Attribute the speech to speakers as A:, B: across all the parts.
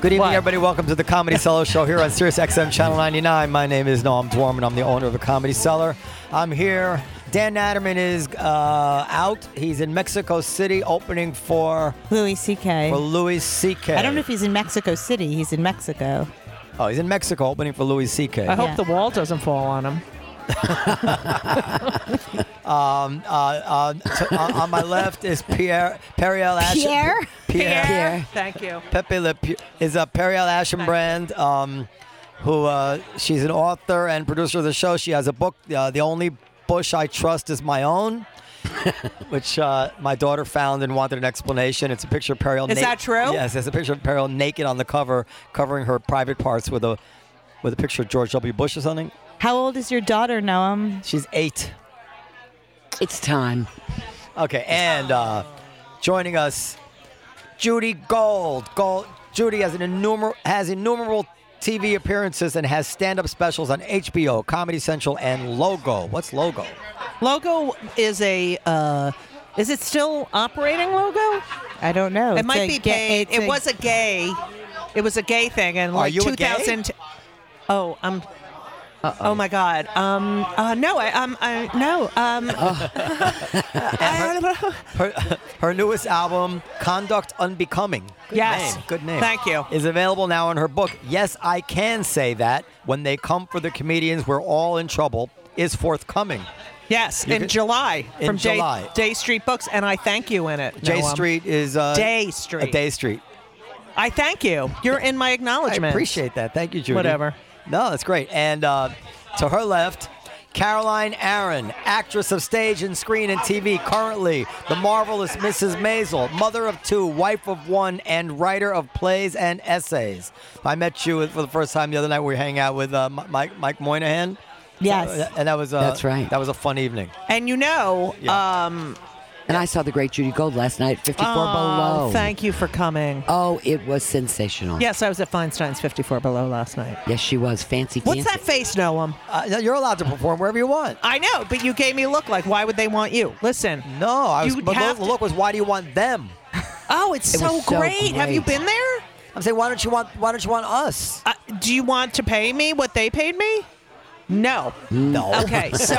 A: Good evening,
B: What?
A: everybody. Welcome to the Comedy Cellar Show here on Sirius XM Channel 99. My name is Noam Dwarman. I'm the owner of the Comedy Cellar. I'm here. Dan Natterman is uh, out. He's in Mexico City opening for,
C: Louis C.K.
A: for Louis C.K.
C: I don't know if he's in Mexico City. He's in Mexico.
A: Oh, he's in Mexico opening for Louis C.K.
B: I hope
C: Yeah.
B: the wall doesn't fall on him.
A: Uh, to- on, on my left is Pierre Periel Ashen.
C: Pierre?
A: Pierre.
B: Thank you.
A: Pepe Le Pew is a Periel Ashenbrand, um, who uh, she's an author and producer of the show. She has a book, uh, The Only Bush I Trust Is My Own, which uh, my daughter found and wanted an explanation. It's a picture of Periel.
C: Is that true?
A: Yes, it's a picture of Periel naked on the cover, covering her private parts with a with a picture of George W. Bush or something.
C: How old is your daughter, Noam?
A: She's eight.
D: It's time.
A: Okay, and uh, joining us, Judy Gold. Gold. Judy has an innumerable has innumerable TV appearances and has stand-up specials on HBO, Comedy Central, and Logo. What's Logo?
E: Logo is a. Uh, is it still operating logo?
C: I don't know.
E: It might be gay. It was a gay. It was a gay thing, and like
A: you a gay?
E: 2000. Oh, um. Oh my God. Um. Uh, no. I. Um. I. No. Um. I don't know.
A: Her, her newest album, Conduct Unbecoming. Good
E: Yes.
A: name. Good name.
E: Thank you.
A: Is available now in her book. Yes, I can say that. When they come for the comedians, we're all in trouble. Is forthcoming.
E: Yes.
A: You
E: in
A: could-
E: July.
A: in
E: from Day-
A: July.
E: Day, Street Books, and I thank you in it.
A: J
E: Noam.
A: Street is uh,
E: um, Day Street.
A: A Day Street.
E: I thank you. You're in my acknowledgement.
A: I appreciate that. Thank you, Judy.
E: Whatever.
A: No, that's great. And uh, to her left, Caroline Aaron, actress of stage and screen and TV, currently the marvelous Mrs. Maisel, mother of two, wife of one, and writer of plays and essays. I met you for the first time the other night. We were hanging out with uh, Mi- Mike Mike Moynihan.
C: Yes.
A: and that was uh,
D: That's right.
A: That was a fun evening.
E: And you know.
A: Yeah.
E: Um.
D: And I saw the great Judy Gold last night, 54
E: oh,
D: below.
E: thank you for coming.
D: Oh, it was sensational.
E: Yes, I was at Feinstein's 54 Below last night.
D: Yes, she was. Fancy
E: What's
D: fancy.
E: that face, Noam?
A: Uh, you're allowed to perform wherever you want.
E: I know, but you gave me a look like, why would they want you? Listen.
A: No, I was.
E: You
A: but
E: have
A: the
E: to-
A: look was, why do you want them?
E: Oh, it's
D: It was
E: so,
D: so
E: great. Have you
D: great.
E: been there?
A: I'm saying, why don't you want? Why don't you want us?
E: Uh, do you want to pay me what they paid me? No.
A: No.
E: Okay, so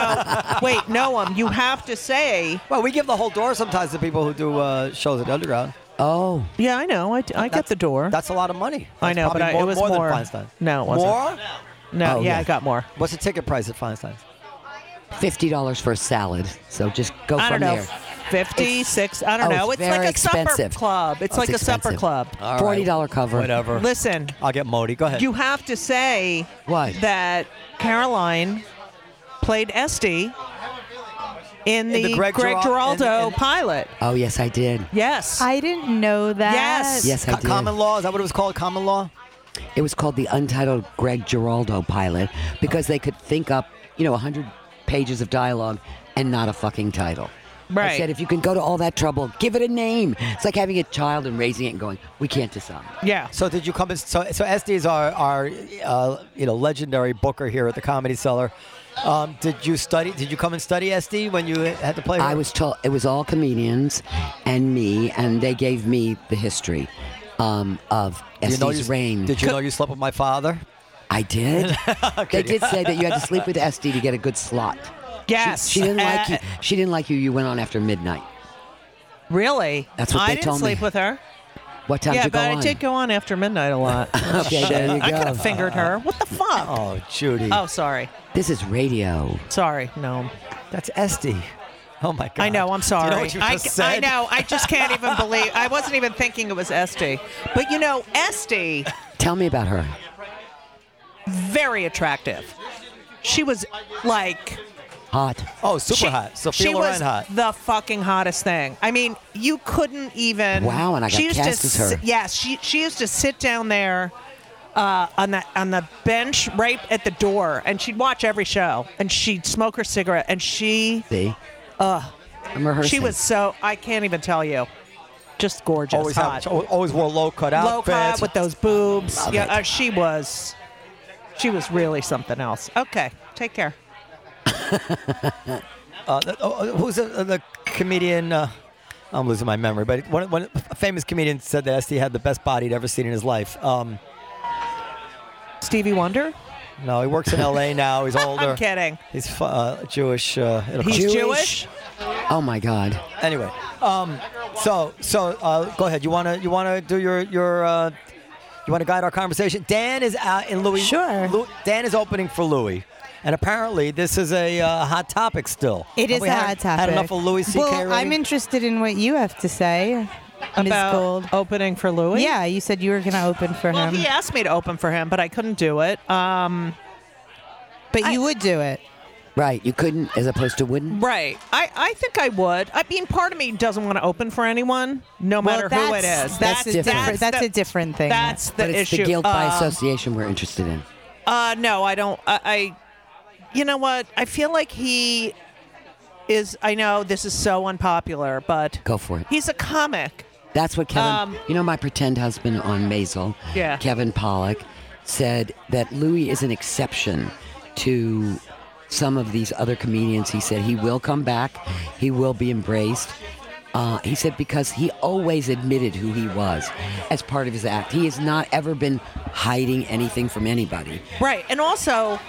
E: wait, Noam, you have to say.
A: Well, we give the whole door sometimes to people who do uh, shows at Underground.
D: Oh,
E: Yeah, I know. I, I get the door.
A: That's a lot of money.
E: I
A: That's
E: know, but
A: probably
E: I- it was more.
A: than Feinstein.
E: No, it wasn't.
A: More?
E: no,
D: Oh,
E: yeah,
D: yeah.
E: I got more.
A: What's the ticket price at Feinstein's?
D: $50 for a salad. So just go
E: I
D: Oh, from
E: don't know.
D: there.
E: 56. I don't
D: oh,
E: know.
D: it's
E: like
D: very
E: a
D: expensive.
E: supper club. It's
D: Oh,
E: like a supper
D: expensive. Uh,
E: club.
A: All right.
D: $40 cover.
A: Whatever.
E: Listen,
A: I'll get Modi. Go ahead.
E: you have to say
D: What?
E: that Caroline played Esty in the,
A: the Greg
E: Greg,
A: Giraldo-
E: Giraldo,
A: in- in-
E: pilot.
D: Oh, yes, I did.
E: Yes.
C: I didn't know that.
E: Yes.
D: Yes, I
A: Co-
D: did.
A: common law? Is that what it was called? Common law?
D: It was called the Untitled Greg Giraldo Pilot because they could think up, you know, 100 pages of dialogue and not a fucking title. I
E: Right.
D: said, if you can go to all that trouble, give it a name. It's like having a child and raising it and going, we can't decide.
E: yeah.
A: So did you come? In, so so SD is our our uh, you know legendary booker here at the Comedy Cellar. Um, did you study? Did you come and study SD when you had to play? her?
D: I was told it was all comedians and me, and they gave me the history um, of
A: Did you know
D: Estee's
A: you-
D: reign.
A: Did you know you slept with my father?
D: I did. They did say that you had to sleep with Esty to get a good slot.
E: Yes.
D: She didn't like
E: Uh,
D: you. She didn't like you. You went on after midnight.
E: Really?
D: That's what
E: I
D: they
E: didn't
D: told me.
E: sleep with her.
D: What time
E: yeah,
D: did you go
E: but
D: on?
E: I did go on after midnight a lot.
D: Okay, there you
E: I could
D: go.
E: have fingered her. What the fuck? Oh,
A: Oh, Judy.
E: sorry.
D: This is radio.
E: Sorry. No.
A: That's Esty. Oh my God.
E: I know. I'm
A: Do you know
E: sorry.
A: what you
E: I,
A: just
E: I
A: said?
E: know. I just can't even believe. I wasn't even thinking it was Esty. But you know, Esty,
D: Tell me about her.
E: very attractive. She was like
D: Hot.
A: Oh, super
E: she,
A: hot. Sophia
E: she
A: Loren
E: was
A: hot.
E: the fucking hottest thing. I mean, you couldn't even.
D: Wow, and I got
E: she used
D: cast
E: to
D: as her.
E: sit- yes, she she used to sit down there uh, on the on the bench right at the door, and she'd watch every show, and she'd smoke her cigarette, and she
D: See? Ugh. I'm rehearsing.
E: she was so I can't even tell you, just gorgeous,
A: Always,
E: hot,
A: have, always wore low cut outfits.
E: low cut with those boobs.
D: Love
E: yeah,
D: it.
E: uh, she was, she was really something else. Okay, take care.
A: Uh, th- oh, uh, who's the, uh, the comedian? Uh, I'm losing my memory, but one, one a famous comedian said that SD had the best body he'd ever seen in his life. Um,
E: Stevie Wonder.
A: no, he works in LA now. He's older.
E: I'm kidding.
A: He's fu- uh, Jewish. Uh, it'll
E: He's
A: come-
E: Jewish.
D: Oh my God.
A: Anyway, um, so so uh, go ahead. You wanna you wanna do your your uh, you wanna guide our conversation. Dan is out in Louis.
C: Sure.
A: Lou- Dan is opening for Louis, and apparently this is a uh, hot topic still.
C: It
A: Have
C: is
A: we
C: a
A: had-
C: hot topic.
A: Had enough of Louis C.K.
C: Well,
A: already?
C: I'm interested in what you have to say, Ms.
E: About
C: Gold.
E: opening for Louis.
C: Yeah, you said you were going to open for
E: Well,
C: him,
E: he asked me to open for him, but I couldn't do it. Um,
C: but you would do it.
D: Right. You couldn't, as opposed to wouldn't.
E: right. I, I think I would. I mean, part of me doesn't want to open for anyone, no matter who it
C: that's-
E: is.
D: That's
C: That's, a
D: different.
C: different. That's
E: the-
C: a different thing.
E: That's the
D: But it's
E: issue.
D: the guilt by
E: Um,
D: association we're interested in.
E: Uh, no, I don't. I, I, you know what? I feel like he is. I know this is so unpopular, but
D: Go for it.
E: he's a comic.
D: That's what Kevin,
E: Um,
D: you know, my pretend husband on Maisel,
E: Yeah.
D: Kevin Pollock, said that Louis is an exception to some of these other comedians. He said he will come back, he will be embraced. Uh, he said because he always admitted who he was as part of his act. He has not ever been hiding anything from anybody.
E: Right. And also,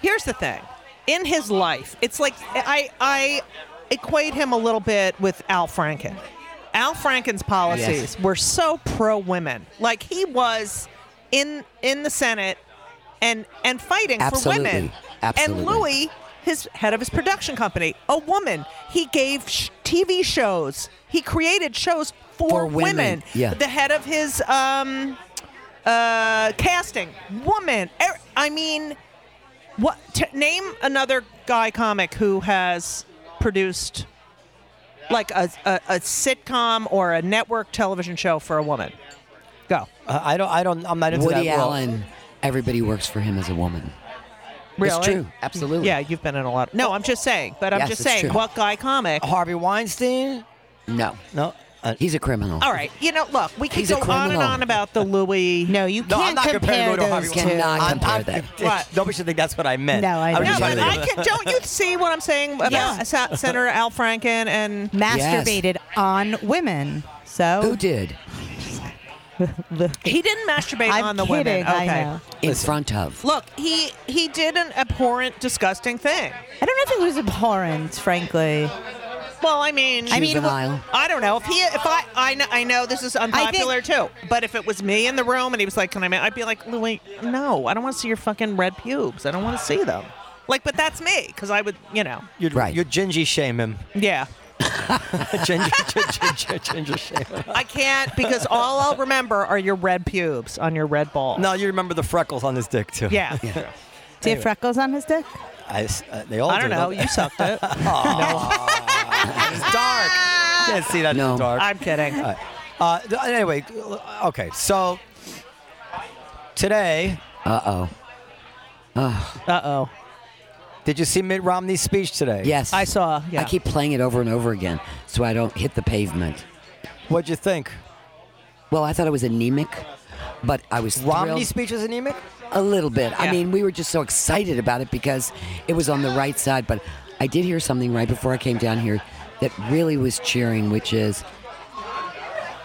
E: here's the thing. In his life, it's like I I equate him a little bit with Al Franken. Al Franken's policies
D: Yes.
E: were so pro women. Like he was in in the Senate and and fighting
D: Absolutely.
E: for women.
D: Absolutely.
E: And Louis, his head of his production company, a woman. He gave sh- TV shows. He created shows for,
D: For women. Yeah.
E: The head of his um uh, casting, woman. Er, I mean, what? T- name another guy comic who has produced like a, a, a sitcom or a network television show for a woman. Go.
A: Uh, I don't. I don't. I'm not into
D: Woody
A: that world.
D: Allen, everybody works for him as a woman.
E: Really?
D: It's true. Absolutely.
E: Yeah, you've been in a lot. No, I'm just saying. But I'm
D: Yes,
E: just
D: it's
E: saying,
D: true.
E: what guy comic?
A: Harvey Weinstein.
D: No.
A: No. Uh,
D: He's a criminal.
E: All right. You know, look, we can
D: He's a
E: go on and
D: criminal.
E: on about the Louis.
C: No, you
A: no, I'm
C: can't
A: not
C: compare
A: comparing Louis to Harvey
C: those two.
A: Weinstein.
D: Cannot
A: I'm- I'm-
D: compare that.
A: it's- Nobody should think that's what I meant.
C: No, I
A: was
E: No,
A: just
E: but
A: trying
E: I
A: to-
E: can. Don't you see what I'm saying about
C: Yeah.
E: Sa- Senator Al Franken and
C: Masturbated on women. So
D: Who did?
E: He didn't masturbate
C: I'm
E: on the
C: kidding.
E: women. Okay.
C: I know.
D: In front of.
E: Look, he he did an abhorrent, disgusting thing.
C: I don't know if it was abhorrent, frankly.
E: Well, I mean,
D: Choose
E: I mean,
C: mean,
D: an
C: well,
D: aisle.
E: I don't know if he if I I know, I know this is unpopular too, but if it was me in the room and he was like, "Can I?" ma-" I'd be like, "Louis, no, I don't want to see your fucking red pubes. I don't want to see them." Like, but that's me because I would, you know,
A: You'd,
D: Right.
A: you'd gingy shame him.
E: yeah.
A: ginger, ginger, ginger shame him.
E: I can't because all I'll remember are your red pubes on your red ball.
A: No, you remember the freckles on his dick too.
E: Yeah.
C: Did
A: Anyway.
C: freckles on his dick?
A: I s- uh, they all.
E: I don't
A: do,
E: know.
A: they?
E: You sucked it.
A: it's dark. You can't see that.
D: No.
A: It's dark.
E: I'm kidding.
A: Uh, th- anyway, uh, okay. So today,
D: Uh oh.
E: Uh oh.
A: did you see Mitt Romney's speech today?
D: Yes.
E: I saw. Yeah.
D: I keep playing it over and over again so I don't hit the pavement.
A: What'd you think?
D: Well, I thought it was anemic, but I was
A: Romney's
D: thrilled
A: speech was anemic.
D: a little bit.
E: Yeah.
D: I mean, we were just so excited about it because it was on the right side, but I did hear something right before I came down here that really was cheering, which is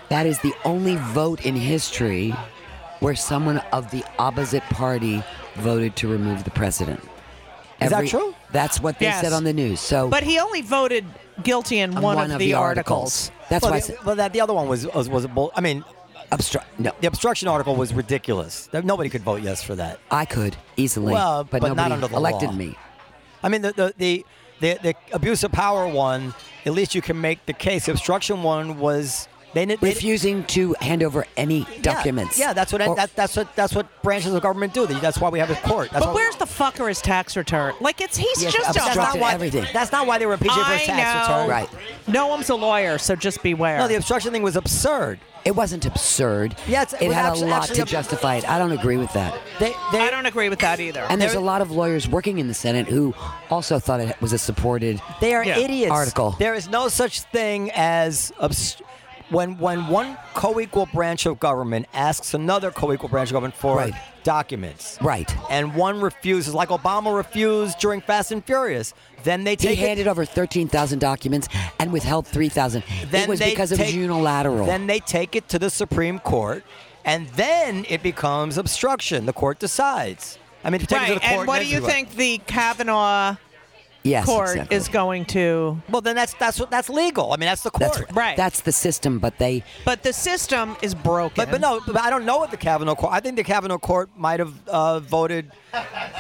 D: that is the only vote in history where someone of the opposite party voted to remove the president.
A: Is that true?
D: That's what they
E: Yes.
D: said on the news. So
E: But he only voted guilty in
D: on
E: one, of, the, articles.
D: That's
A: well,
D: why I
A: the,
D: said
A: well, that the other one was was, was a bull. I mean,
D: obstruct. No,
A: the obstruction article was ridiculous. There- Nobody could vote yes for that.
D: I could easily,
A: Well,
D: but,
A: but not
D: nobody
A: under the
D: elected
A: law.
D: me.
A: I mean, the the the, the, the abuse of power one. At least you can make the case. The obstruction one was. They, ne- they
D: refusing to hand over any documents.
A: Yeah, that's what
D: Or-
A: that, that's what that's what branches of government do. That's why we have a court. That's
E: But
A: why-
E: where's the fucker his tax return? Like it's he's
D: Yes,
E: just
A: that's
E: a
A: not
D: obstructed
A: why
D: everything.
A: That's not why they were impeaching for
E: I
A: his tax
E: know.
A: return.
D: Right.
E: No, I'm a lawyer, so just beware.
A: No, the obstruction thing was absurd.
D: It wasn't absurd.
A: Yeah, it's-
D: it
A: well,
D: had
A: actually-
D: a lot
A: actually
D: to
A: ab-
D: justify it. I don't agree with that.
A: They, they,
E: I don't agree with that either.
D: And there's
A: There-
D: a lot of lawyers working in the Senate who also thought it was a supported.
A: They are
E: Yeah.
A: idiots.
D: Article.
A: There is no such thing as obst- when when one co-equal branch of government asks another co-equal branch of government for
D: Right.
A: documents.
D: Right.
A: And one refuses, like Obama refused during Fast and Furious. Then they
D: He
A: take it-
D: handed over 13,000 documents and withheld 3,000.
A: then
D: It was
A: they
D: because it was
A: take-
D: unilateral.
A: Then they take it to the Supreme Court, and then it becomes obstruction. The court decides. I mean, if you take it to
E: right.
A: the court,
E: And what
A: then
E: do you
A: it's-
E: think the Kavanaugh
D: yes,
E: court
D: exactly.
E: is going to?
A: Well, then that's that's what that's legal. I mean, that's the court.
D: That's
E: Right.
D: That's the system, but they
E: But the system is broken.
A: But, but no, but I don't know if the Kavanaugh court. I think the Kavanaugh court might have uh, voted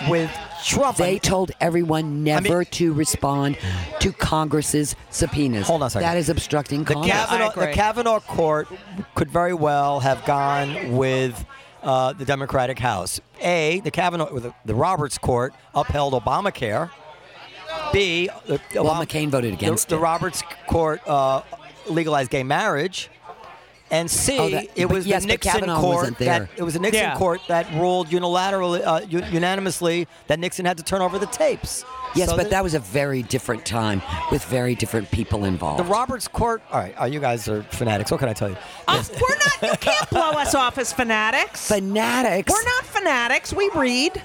A: with Trump.
D: they told everyone never to respond to Congress's subpoenas.
A: Hold on a second.
D: That is obstructing
A: the
D: Congress.
E: Gav-
A: Kavanaugh,
E: I agree.
A: the Kavanaugh court could very well have gone with uh, the Democratic House. A, the Kavanaugh, the, the Roberts court upheld Obamacare. B, the, the
D: Well,
A: Obam-
D: McCain voted
A: the-
D: against
A: the,
D: it.
A: Roberts court uh, legalized gay marriage. And C,
D: Oh, that-
A: it
D: but
A: was
D: yes,
A: the
D: but
A: Nixon
D: Kavanaugh
A: court
D: wasn't
A: that
D: there.
A: it was the Nixon
E: Yeah.
A: court that ruled unilaterally, uh, u- unanimously that Nixon had to turn over the tapes.
D: yes,
A: So
D: but
A: the-
D: that was a very different time with very different people involved.
A: the Roberts court. All right, oh, you guys are fanatics. What can I tell you?
E: Uh, we're not. You can't blow us off as fanatics.
D: Fanatics.
E: we're not fanatics. We read.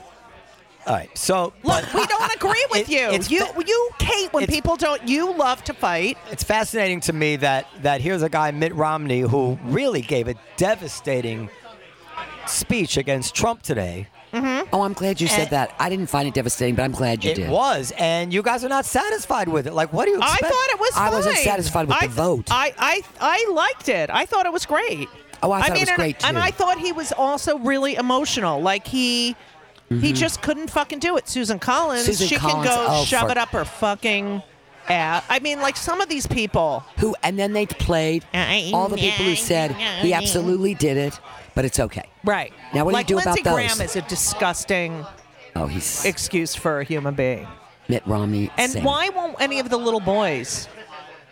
A: All right, so but-
E: Look, we don't agree
A: It-
E: with you.
A: it's
E: you
A: fa-
E: you hate when
A: it's-
E: people don't. You love to fight.
A: it's fascinating to me that that here's a guy Mitt Romney who really gave a devastating speech against Trump today.
D: Oh, I'm glad you said
E: Eh.
D: that. I didn't find it devastating, but I'm glad you
A: it
D: did.
A: was, and you guys are not satisfied with it. Like, what do you
E: I
A: expect? Uh,
E: thought it was.
D: I
E: fine.
D: wasn't satisfied with
E: I-
D: the vote.
E: I, I I liked it. I thought it was great.
D: Oh, I thought it was
E: and-
D: great,
E: And
D: too.
E: I thought he was also really emotional. Like he. He just couldn't fucking do it. Susan Collins,
D: Mm-hmm. Susan
E: she
D: Collins,
E: can go
D: oh,
E: shove
D: for-
E: it up her fucking ass. I mean, like some of these people.
D: Who? And then they played all the people who said he absolutely did it, but it's okay.
E: Right.
D: Now, what do you
E: like
D: do about
E: Lindsey
D: those?
E: Graham is a disgusting
D: Oh, he's
E: excuse for a human being.
D: Mitt Romney.
E: And
D: saying-
E: why won't any of the little boys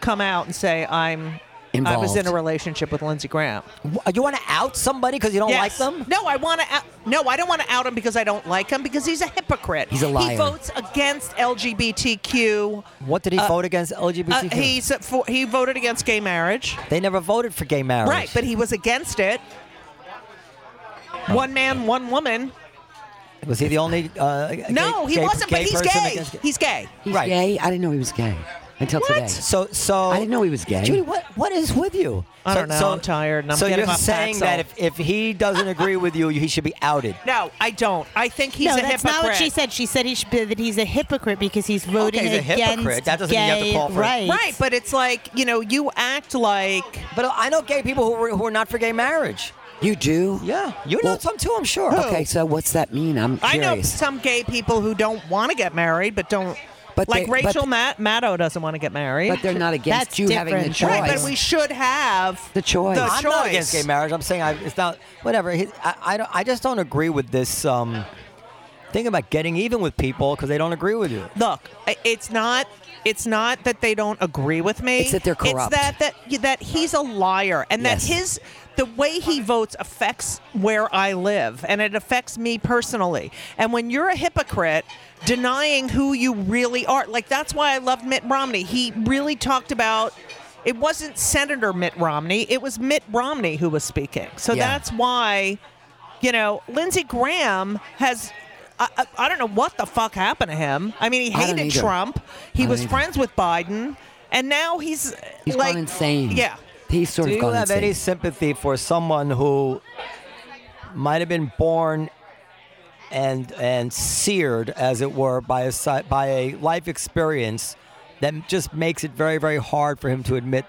E: come out and say I'm I was
D: Involved.
E: in a relationship with Lindsey Graham?
A: Wh- You want to out somebody because
F: Oh,
A: you don't like
E: Yes.
A: them?
E: No, I want to. Out- no, I don't want to out him because I don't like him because he's a hypocrite.
D: He's a
E: He
D: liar.
E: votes against LGBTQ.
A: What did he vote against
E: Uh,
A: LGBTQ?
E: he's for, he voted against gay marriage.
A: they never voted for gay marriage.
E: Right, but he was against it. One man, one woman.
A: was he the only? Uh,
E: No,
A: gay,
E: he
A: gay-
E: wasn't.
A: gay
E: but he's
A: person
E: gay.
A: against-
E: He's gay.
D: He's
A: right.
D: gay. I didn't know he was gay until
E: What?
D: today.
A: So, so
D: I didn't know he was gay.
A: Judy, what what is with you?
E: I don't know. I'm tired and I'm
A: so
E: getting
A: you're
E: my
A: saying
E: Paxil.
A: that if, if he doesn't agree with you, he should be outed.
E: No, I don't. I think he's
F: no,
E: a
F: that's
E: hypocrite.
F: not what she said. She said he should be, that he's a hypocrite because he's voting
A: he's a
F: against
A: hypocrite. That doesn't mean you have to
F: gay
A: call for it.
F: rights.
E: Right, but it's like you know, you act like
A: But I know gay people who are, who are not for gay marriage.
D: You do?
A: Yeah, you know
D: Well-
A: some too, I'm sure.
D: Okay, so what's that mean? I'm
E: I
D: curious.
E: know some gay people who don't want to get married, but don't.
D: But
E: like
D: they- but-
E: Rachel Matt Maddow doesn't want to get married.
D: But they're not against
F: That's
D: you having the
F: different,
D: choice.
F: though.
E: right, but we should have
D: The choice.
E: The
A: I'm
E: choice.
A: not against gay marriage. I'm saying I, it's not whatever. He, I, I don't. I just don't agree with this um, thing about getting even with people because they don't agree with you.
E: Look, I- it's not. It's not that they don't agree with me.
D: It's that they're corrupt.
E: It's that that that he's a liar, and that
D: Yes.
E: his the way he votes affects where I live, and it affects me personally. And when you're a hypocrite, denying who you really are, like that's why I loved Mitt Romney. He really talked about. It wasn't Senator Mitt Romney. It was Mitt Romney who was speaking. So
D: Yeah.
E: that's why you know, Lindsey Graham has. I, I, I don't know what the fuck happened to him. I mean, he
D: I don't
E: hated
D: either.
E: Trump. He
D: I don't
E: was
D: either.
E: friends with Biden, and now he's
D: He's
E: like
D: gone insane.
E: Yeah,
D: He's sort
A: Do
D: of
A: you
D: gone
A: have
D: insane.
A: any sympathy for someone who might have been born and and seared, as it were, by a si- by a life experience that just makes it very very hard for him to admit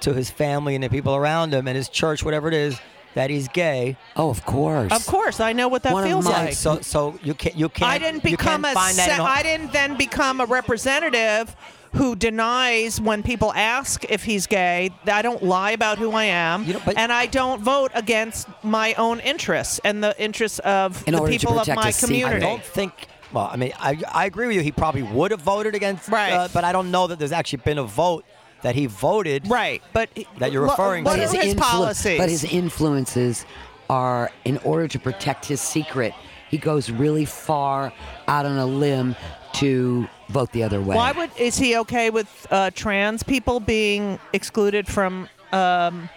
A: to his family and the people around him and his church, whatever it is, that he's gay?
D: oh, of course.
E: of course I know what that
D: One of
E: feels
D: my-
E: like.
A: So so you can't you can't
E: I didn't
A: you
E: become
A: can't
E: a.
A: find that
E: se-
A: in all-
E: I didn't then become a representative who denies when people ask if he's gay. I don't lie about who I am,
A: You know, but-
E: and I don't vote against my own interests and the interests of
D: In
E: the
D: order to
E: people of
D: protect
E: my
D: a secret.
A: I
E: community.
A: don't think. Well, I mean, I, I agree with you. He probably would have voted against,
E: Right.
A: uh, but I don't know that there's actually been a vote that he voted.
E: Right, but he-
A: That you're
E: lo-
A: referring
E: what
A: to.
E: are
A: But
E: his
D: influ-
E: policies?
D: But his influences are, in order to protect his secret, he goes really far out on a limb to vote the other way.
E: Why would is he okay with uh, trans people being excluded from um,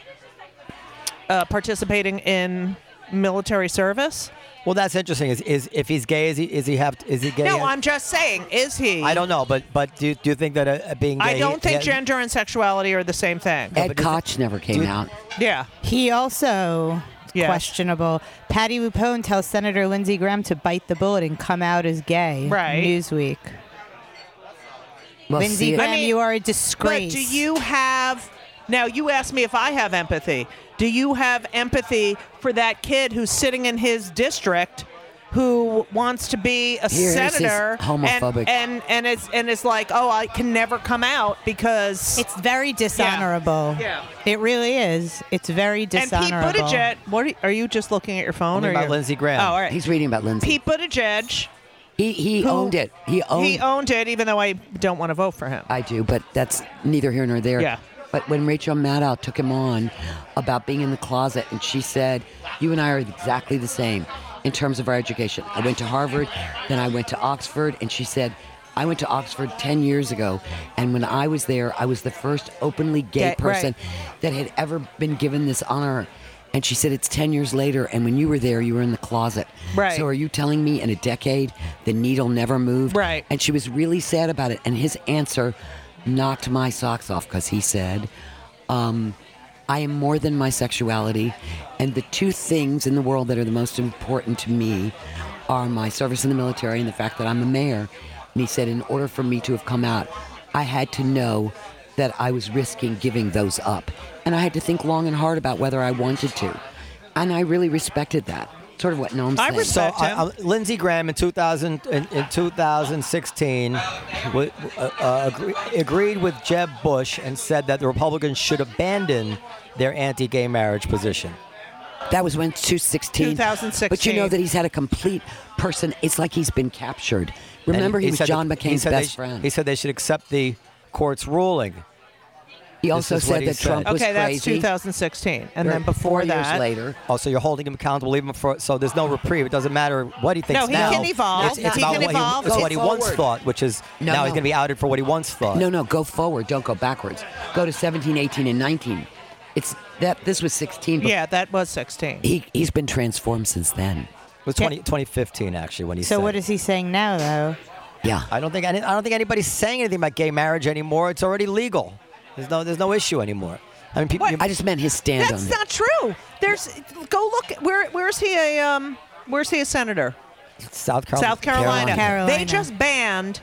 E: uh, participating in military service?
A: Well, that's interesting. Is, is if he's gay, is he is he have is he gay?
E: No, I'm just saying, is he?
A: I don't know, but but do, do you think that uh, being gay?
E: I don't think
A: yeah,
E: gender and sexuality are the same thing.
D: Ed Koch never came
A: Dude.
D: out.
E: Yeah.
C: He also
E: Yes.
C: questionable. Patty Lupone tells Senator Lindsey Graham to bite the bullet and come out as gay.
E: Right.
C: Newsweek.
D: Well,
C: Lindsey
D: see,
C: Graham,
E: mean,
C: you are a disgrace.
E: But do you have now you asked me if I have empathy. Do you have empathy for that kid who's sitting in his district who wants to be a
D: Here is his
E: senator
D: homophobic-
E: and and and it's and it's like, "Oh, I can never come out because
C: It's very dishonorable.
E: Yeah.
C: It really is. It's very
E: and Pete
C: dishonorable.
E: Buttiget, what are you, are you just looking at your phone
A: Only
E: or
A: about
E: your-
A: Lindsey Graham.
E: Oh, all right.
D: he's reading about Lindsey.
E: Pete Buttigieg,
D: He, he
E: who-
D: owned it. He owned.
E: he owned it, even though I don't want to vote for him.
D: I do, but that's neither here nor there.
E: Yeah.
D: But when Rachel Maddow took him on about being in the closet, and she said, "You and I are exactly the same in terms of our education. I went to Harvard, then I went to Oxford," and she said. I went to Oxford 10 years ago, and when I was there, I was the first openly gay
E: Gay,
D: person that had ever been given this honor. And she said, It's 10 years later, and when you were there, you were in the closet.
E: Right.
D: So, are you telling me in a decade the needle never moved?
E: Right.
D: And she was really sad about it. And his answer knocked my socks off because he said, um, I am more than my sexuality. And the two things in the world that are the most important to me are my service in the military and the fact that I'm a mayor. And he said, in order for me to have come out, I had to know that I was risking giving those up. And I had to think long and hard about whether I wanted to. And I really respected that. Sort of what Noam
E: I
D: said.
E: respect-
A: So
E: Back to
A: I,
E: him.
A: I, Lindsey Graham in 2000 in, in 2016 w- uh, uh, agree, agreed with Jeb Bush and said that the Republicans should abandon their anti-gay marriage position.
D: That was when 216.
E: 2016.
D: But you know that he's had a complete person. It's like he's been captured.
A: And
D: Remember, he, was
A: said
D: John
A: that- he
D: McCain's
A: said they
D: best
A: sh-
D: friend.
A: He said they should accept the court's ruling.
D: he also
A: is what
D: said
A: he
D: that
A: said.
D: Trump was
E: Okay, that's
D: crazy.
E: 2016, and then
D: Right.
E: before
D: Four
E: that,
D: years later,
A: Oh, so you're holding him accountable even for so there's no reprieve. It doesn't matter what he thinks
E: No, he
A: now.
E: can evolve.
A: It's, it's
E: He
A: about
E: can
A: what
E: evolve.
A: He, it's
E: Go
A: what he once
D: forward.
A: thought, which is
D: No,
A: now
D: no.
A: he's going to be outed for what he once thought.
D: no, no, go forward. Don't go backwards. Go to 17, 18, and 19. It's that this was 16. But
E: yeah, that was 16.
D: he he's been transformed since then.
A: It was 20, 2015 actually when he
C: So
A: said.
C: what is he saying now, though?
D: Yeah.
A: I don't think any, I don't think anybody's saying anything about gay marriage anymore. It's already legal. There's no there's no issue anymore. I mean, people.
D: I just meant his stand
E: That's
D: on
E: not true. There's go look where where's he a um where's he a senator?
A: South Oh, Carolina.
E: South Carolina.
C: Carolina.
E: They just banned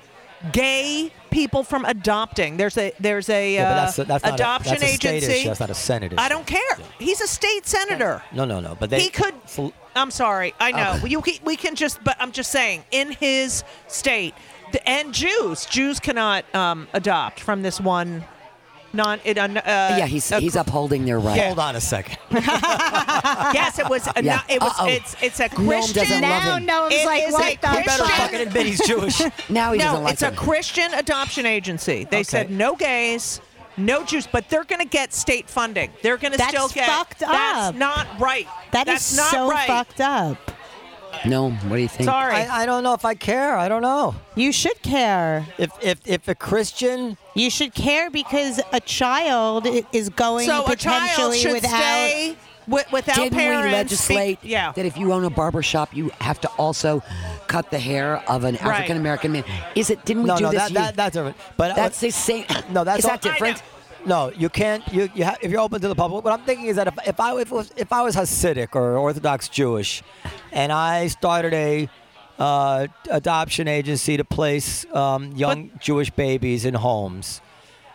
E: gay people from adopting. There's a there's a
A: Yeah,
E: uh,
A: but that's, that's not
E: adoption
A: a, that's a state
E: agency.
A: Issue. That's not a senate issue.
E: I don't care. He's a state senator.
A: No, no, no. But they,
E: he could.
A: Fl-
E: I'm sorry. I know.
A: Okay.
E: You, we can just. But I'm just saying, in his state, the, and Jews, Jews cannot um, adopt from this one. Non. It, uh,
D: it. Yeah, he's he's upholding their right.
A: Hold on a second.
E: Yes, it was. A,
D: Yeah.
E: no- it was.
D: Uh-oh.
E: It's. It's a
D: Noam doesn't
E: Christian.
D: love him.
C: no,
E: It is a
A: He better
E: Christian-
A: fucking admit he's Jewish.
D: Now he
E: No,
D: doesn't like
E: it's a
D: him.
E: Christian adoption agency. They said no gays, no Jews, but they're going to get state funding. They're going to
C: That's
E: still get.
C: fucked
E: That's
C: up.
E: not right.
C: That is
E: that's not
C: so
E: right.
C: fucked up.
D: no, what do you think?
E: Sorry.
A: I, I don't know if I care. I don't know.
C: You should care.
A: If if if a Christian
C: You should care because a child i- is going
E: so a child
C: potentially
E: should
C: without.
E: stay wi- without
D: Didn't
E: parents.
D: we
E: be-
D: legislate
E: yeah.
D: that if you own a barber shop, you have to also cut the hair of an
E: Right.
D: African American man? Is it? Didn't we
A: no
D: do
A: no
D: this?
A: that,
D: year?
A: that that's different. But uh,
D: That's the same.
A: No, that's
D: is that
A: all-
D: different?
A: No, you can't. You, you ha if you're open to the public. What I'm thinking is that if, if I was if I was Hasidic or Orthodox Jewish, and I started a uh, adoption agency to place um, young Jewish babies in homes,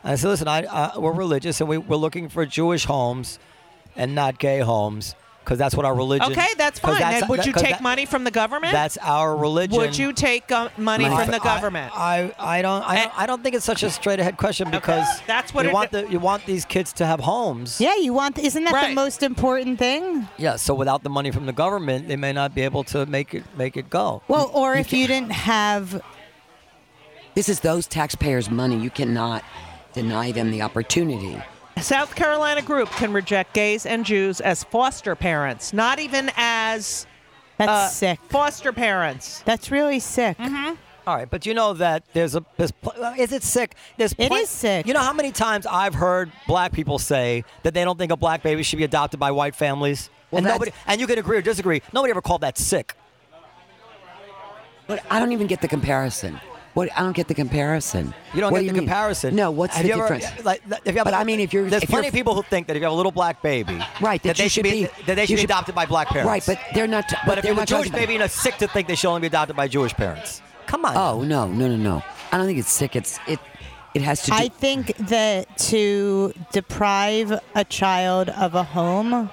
A: and I said, listen, I, I, we're religious and we, we're looking for Jewish homes and not gay homes. because that's what our religion.
E: Okay, that's
A: 'cause
E: fine. Then would
A: that-
E: you
A: 'cause
E: take
A: that-
E: money from the government?
A: That's our religion.
E: would you take uh, money
D: Money
E: from the
D: for-
A: I-
E: government? Eh.
A: I, I, don't I, don't I don't think it's such a straight ahead question because
E: That's what
A: you
E: it-
A: want the, you want these kids to have homes.
C: Yeah, you want. Isn't that
E: Right.
C: the most important thing?
A: Yeah. So without the money from the government, they may not be able to make it make it go.
C: Well, or if you didn't have
D: This is those taxpayers' money. You cannot deny them the opportunity.
E: South Carolina group can reject gays and Jews as foster parents, not even as
C: that's
E: uh, Mm-hmm.
C: sick.
E: foster parents.
C: That's really sick.
A: All right, but you know that there's a there's, pl- uh, is it sick? There's
C: It
A: plen-
C: is sick.
A: You know how many times I've heard black people say that they don't think a black baby should be adopted by white families,
D: Well,
A: and
D: that's-
A: nobody and you can agree or disagree. Nobody ever called that sick.
D: But I don't even get the comparison. What I don't get the comparison.
A: You don't
D: What
A: get
D: do
A: the
D: mean?
A: comparison.
D: No, what's
A: Have
D: the
A: you ever- uh,
D: difference?
A: like, if you have
D: But
A: a-
D: I mean, if you're-
A: there's
D: if
A: plenty
D: you're-
A: of people who think that if you have a little black baby,
D: Right, that
A: that, they
D: you
A: should
D: should
A: be,
D: be-
A: that they
D: you
A: should be
D: should-
A: adopted by black parents,
D: Right, but they're not. But,
A: but if
D: they're
A: you're a
D: not
A: Jewish
D: talking about-
A: baby, and it's sick to think they should only be adopted by Jewish parents. Come on.
D: Oh no, no, no, no. I don't think it's sick. It's it. It has to do.
C: I think that to deprive a child of a home.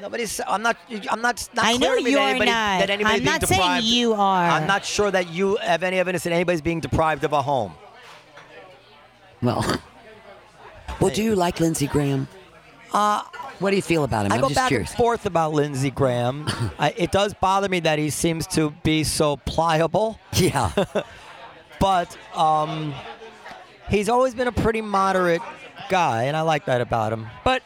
A: Nobody's. I'm not. I'm not. not
C: I
A: clear
C: know
A: to me
C: you're
A: that anybody,
C: not.
A: That anybody's
C: I'm
A: being
C: not saying
A: deprived-
C: you are.
A: I'm not sure that you have any evidence that anybody's being deprived of a home.
D: well. Well, do you like Lindsey Graham? Uh, what do you feel about him?
A: I
D: I'm
A: go
D: just
A: back
D: curious.
A: and forth about Lindsey Graham. I, it does bother me that he seems to be so pliable,
D: Yeah.
A: but um, he's always been a pretty moderate guy, and I like that about him.
E: But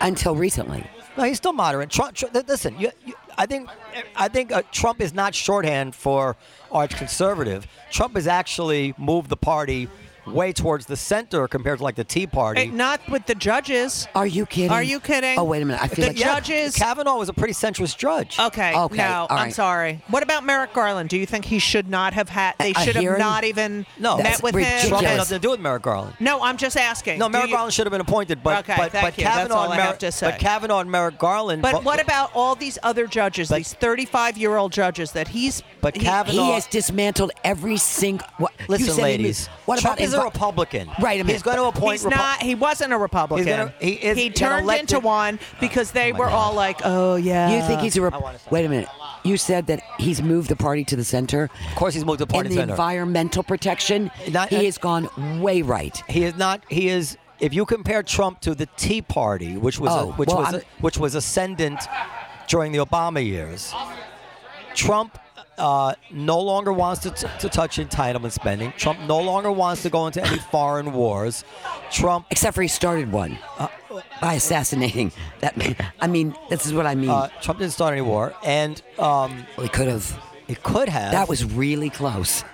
D: Until recently.
A: No, he's still moderate. Trump. Tr- th- listen, you, you, I think I think uh, Trump is not shorthand for arch conservative. Trump has actually moved the party way towards the center compared to like the Tea Party.
E: eh, not with the judges.
D: Are you kidding?
E: Are you kidding?
D: Oh wait a minute. I feel
E: The
D: like
E: judge- judges-
A: Kavanaugh was a pretty centrist judge.
E: Okay.
D: Okay,
E: No,
D: all
E: I'm
D: right.
E: sorry. What about Merrick Garland? Do you think he should not have had? They
D: A- a
E: should have
D: hearing?
E: not even
A: No,
E: met
D: That's
E: with him.
A: Trump had
D: ridiculous.
E: as-
A: nothing to do with Merrick Garland.
E: No, I'm just asking.
A: No,
E: Do
A: Merrick
E: you-
A: Garland should have been appointed, but
E: Okay,
A: but,
E: thank
A: but
E: you. That's
A: Kavanaugh
E: all
A: and
E: I
A: Merrick,
E: have to say.
A: but Kavanaugh and Merrick Garland.
E: But
A: vo-
E: what about all these other judges, these 35 year old judges that he's.
A: But
E: he-
A: Kavanaugh-
D: He has dismantled every single. What, you
A: Listen,
D: said he
A: ladies.
D: was- What
A: Trump
D: about
A: is a
D: envi-
A: Republican?
D: Right, a
A: He's
D: minute.
A: going to appoint.
E: He's not. He wasn't a Republican.
A: gonna- he is
E: He
A: an
E: turned
A: elected-
E: into one because they were all like, "Oh yeah."
D: You think he's a
A: I wanna
D: rep-
A: say-
D: wait a minute? You said that he's moved the party to the center.
A: Of course, he's moved the
D: In
A: party
D: the
A: center.
D: environmental protection,
A: Not-
D: he has gone way right.
A: He is not. He is. If you compare Trump to the Tea Party, which was a,
D: Oh,
A: which
D: well,
A: was a,
D: I'm-
A: which was ascendant during the Obama years, Trump uh, no longer wants to, t- to touch entitlement spending. Trump no longer wants to go into any foreign wars. Trump.
D: Except for he started one uh, by assassinating that man. I mean, this is what I mean.
A: Uh, Trump didn't start any war, and um,
D: Well, he could have.
A: it could have.
D: That was really close.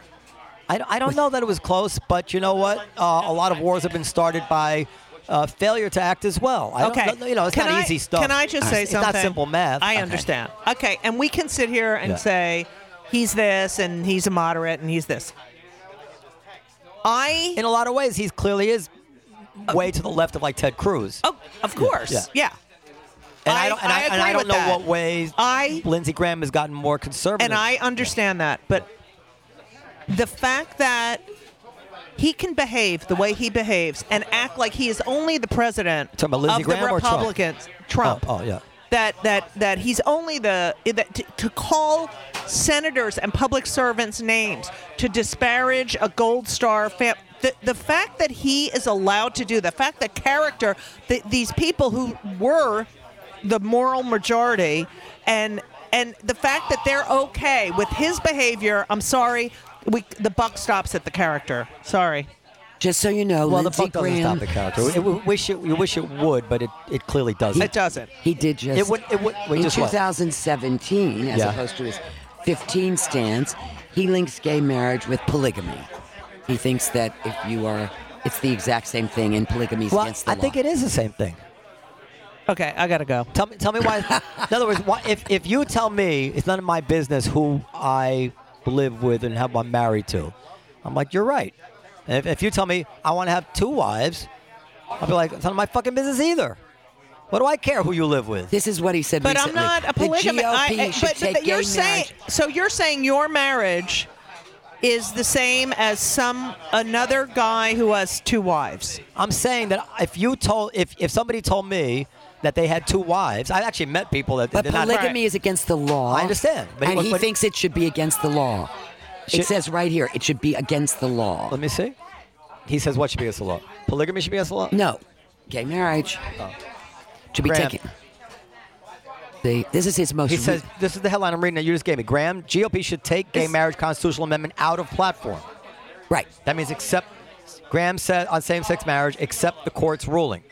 A: I, I don't know that it was close, but you know what? Uh, a lot of wars have been started by uh, failure to act as well. I don't-
E: Okay.
A: no, You know, it's
E: Can
A: not
E: I-
A: easy stuff.
E: Can I just say
A: it's
E: something?
A: not simple math.
E: I
A: Okay.
E: understand. Okay, and we can sit here and
A: Yeah.
E: say he's this and he's a moderate and he's this. I
A: in a lot of ways, he clearly is way to the left of like Ted Cruz.
E: oh, of course,
A: yeah.
E: yeah.
A: and
E: I-
A: don't, and
E: I
A: I, and
E: agree
A: I don't
E: with
A: know
E: that.
A: what ways
E: I-
A: Lindsey Graham has gotten more conservative.
E: And I understand that, but the fact that he can behave the way he behaves and act like he is only the president
A: Talking about Lindsey
E: of the
A: Graham or Trump?
E: Republicans,
A: oh,
E: Trump.
A: oh yeah.
E: that that that he's only the that, to, to call senators and public servants names to disparage a gold star fam- the, the fact that he is allowed to do the fact that character the, these people who were the moral majority and and the fact that they're okay with his behavior i'm sorry we the buck stops at the character sorry
D: Just so you know,
A: Well, the
D: Lindsey
A: book doesn't
D: Graham.
A: stop the character. It, we wish it, we wish it would, but it, it clearly doesn't.
E: it doesn't
D: He did just.
A: It would. It would. Wait,
D: in
A: just what?
D: 2017, as
A: Yeah.
D: opposed to his 15 stance, he links gay marriage with polygamy. He thinks that if you are, it's the exact same thing, and polygamy is
A: Well,
D: against the
A: I think
D: law.
A: it is the same thing.
E: okay i gotta go
A: Tell me, tell me why. in other words, why, if if you tell me it's none of my business who I live with and who I'm married to, I'm like, you're right. And if, if you tell me I want to have two wives, I'll be like, it's none of my fucking business either. What do I care who you live with?
D: This is what he said
E: But
D: recently.
E: I'm not a
D: The
E: polygamist.
D: GOP
E: I- I-
D: should
E: but,
D: take
E: but you're
D: gay
E: saying
D: marriage.
E: so. You're saying your marriage is the same as some another guy who has two wives.
A: I'm saying that if you told, if if somebody told me that they had two wives. I actually met people that
D: But
A: did not.
D: polygamy is against the law.
A: I understand, but-
D: and he
A: but-
D: thinks it should be against the law.
A: Should-
D: it says right here, it should be against the law.
A: Let me see. He says what should be against the law? Polygamy should be against the law.
D: No, gay marriage should be
A: Graham.
D: taken. The, this is his most.
A: He
D: re-
A: says this is the headline I'm reading that you just gave me. Graham, GOP should take gay marriage constitutional amendment out of platform.
D: right.
A: That means except Graham said on same-sex marriage, except the court's ruling.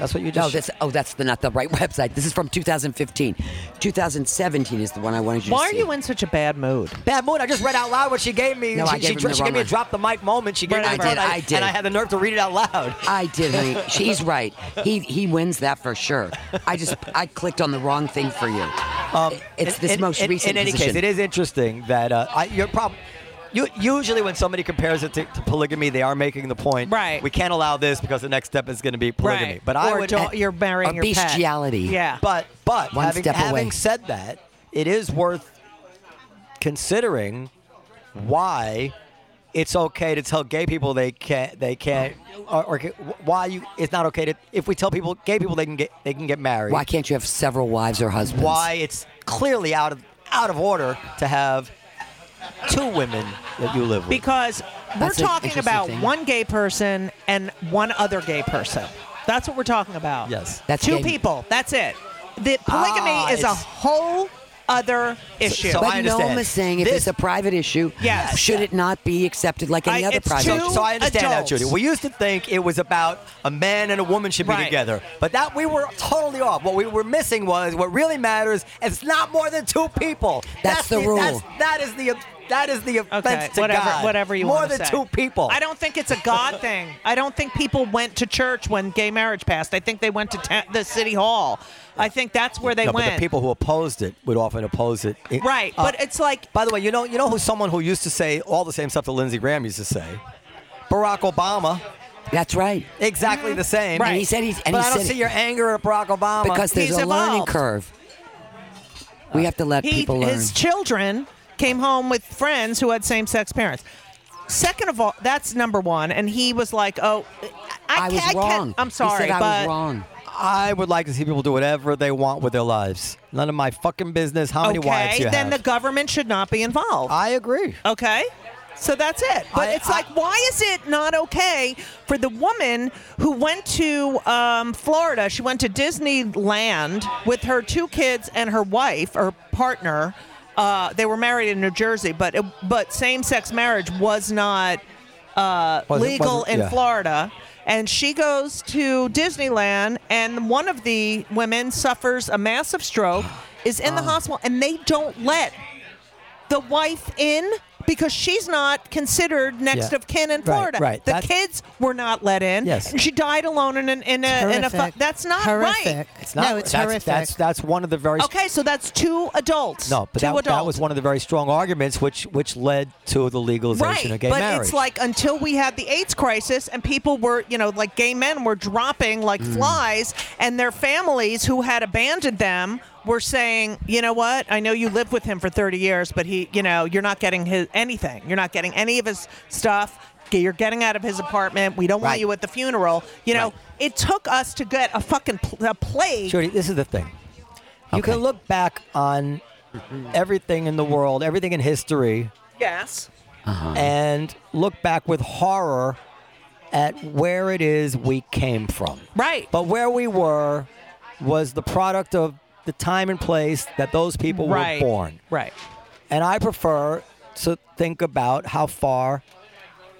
A: That's what you
D: No,
A: just.
D: that's oh, that's the, not the right website. This is from 2015. 2017 is the one I wanted you to
E: Why are
D: see.
E: you in such a bad mood?
A: Bad mood. I just read out loud what she gave me.
D: No,
A: she
D: I gave
A: she,
D: him
A: dr-
D: the
A: she gave
D: wrong
A: me a
D: one.
A: drop the mic moment. She gave
D: Right, I
A: me
D: did,
A: and
D: I did.
A: And I had the nerve to read it out loud.
D: I did, honey. She's right. He he wins that for sure. I just I clicked on the wrong thing for you.
A: Um,
D: it's
A: In-
D: this
A: in-
D: most
A: in-
D: recent
A: In any
D: position.
A: case, it is interesting that uh, I, your problem. You, usually, when somebody compares it to, to polygamy, they are making the point.
E: Right.
A: We can't allow this because the next step is going to be polygamy.
E: Right.
A: But I
E: Or
A: would.
E: don't- you're marrying
D: or
E: your pet.
D: bestiality.
E: Yeah.
A: But but
D: One
A: having,
D: step away.
A: having said that, it is worth considering why it's okay to tell gay people they can't they can't or, or why you it's not okay to if we tell people gay people they can get they can get married.
D: Why can't you have several wives or husbands?
A: why it's clearly out of out of order to have two women that you live with.
E: Because we're
D: That's an
E: talking
D: interesting
E: about
D: thing.
E: one gay person and one other gay person. That's what we're talking about.
A: Yes.
D: That's
E: two
D: gay.
E: people. That's it. The polygamy
A: Ah,
E: is a
A: it's-
E: whole other issue.
A: so
D: But
A: I
D: no,
A: understand.
D: I'm saying if
A: This-
D: it's a private issue,
E: Yes.
D: should it not be accepted like any
E: I-
D: other
E: it's
D: private
E: two-
D: issue?
A: so I understand
E: adults.
A: now, Judy. We used to think it was about a man and a woman should be
E: Right.
A: together, but that we were totally off. What we were missing was what really matters. It's not more than two people.
D: That's the rule.
A: That's, that is the that is the offense
E: Okay,
A: to
E: whatever,
A: God.
E: whatever you
A: more
E: want
A: than two people.
E: I don't think it's a God thing. I don't think people went to church when gay marriage passed. I think they went to ta- the city hall. I think that's where they
A: No,
E: went.
A: but the people who opposed it would often oppose it. It-
E: right,
A: Uh,
E: but it's like
A: by the way, you know, you know who someone who used to say all the same stuff that Lindsey Graham used to say, Barack Obama.
D: That's right.
A: Exactly
E: Mm-hmm.
A: the same.
D: And he said he's and
A: but
D: he
A: I don't
D: said
A: see your anger at Barack Obama
D: because there's
E: He's
D: a learning
E: evolved.
D: curve. We have to let
E: he,
D: people learn.
E: his children came home with friends who had same-sex parents. Second of all, that's number one, and he was like, "Oh, I,
D: I was
E: can't, I
D: wrong.
E: can't, I'm
D: He said
E: sorry,
D: I
E: but
D: was wrong.
A: I would like to see people do whatever they want with their lives. None of my fucking business how many wives
E: okay,
A: you
E: then
A: have.
E: the government should not be involved."
A: I agree.
E: Okay? So that's it. But
A: I-
E: it's
A: I-
E: like, why is it not okay for the woman who went to um, Florida? She went to Disneyland with her two kids and her wife or partner. Uh, they were married in New Jersey, but it, but same-sex marriage was not
A: Was it-
E: Uh, legal
A: was it-
E: in
A: yeah.
E: Florida. And she goes to Disneyland, and one of the women suffers a massive stroke, is
A: Ah.
E: in the hospital, and they don't let the wife in because she's not considered next
A: Yeah.
E: of kin in
A: Right,
E: Florida.
A: right.
E: The
A: That's-
E: kids were not let in.
A: Yes.
E: And she died alone in an, in a, in a fu-
C: Horrific.
E: that's not right.
C: horrific.
A: It's not,
C: no, it's
A: that's,
C: horrific.
A: That's that's one of the very
E: Okay, so that's two adults.
A: no, but
E: two
A: that,
E: adults.
A: that was one of the very strong arguments which which led to the legalization
E: Right,
A: of gay
E: but
A: marriage.
E: it's like until we had the AIDS crisis and people were, you know, like gay men were dropping like
A: Mm.
E: flies, and their families who had abandoned them were saying, you know what? I know you lived with him for 30 years, but he, you know, you're not getting his anything. You're not getting any of his stuff. You're getting out of his apartment. We don't want
D: Right.
E: you at the funeral. You know,
D: Right.
E: it took us to get a fucking pl- a plague.
A: Jody, this is the thing. You can look back on everything in the world, everything in history,
E: Yes.
A: and look back with horror at where it is we came from.
E: Right.
A: But where we were was the product of the time and place that those people
E: right.
A: were born.
E: Right.
A: And I prefer to think about how far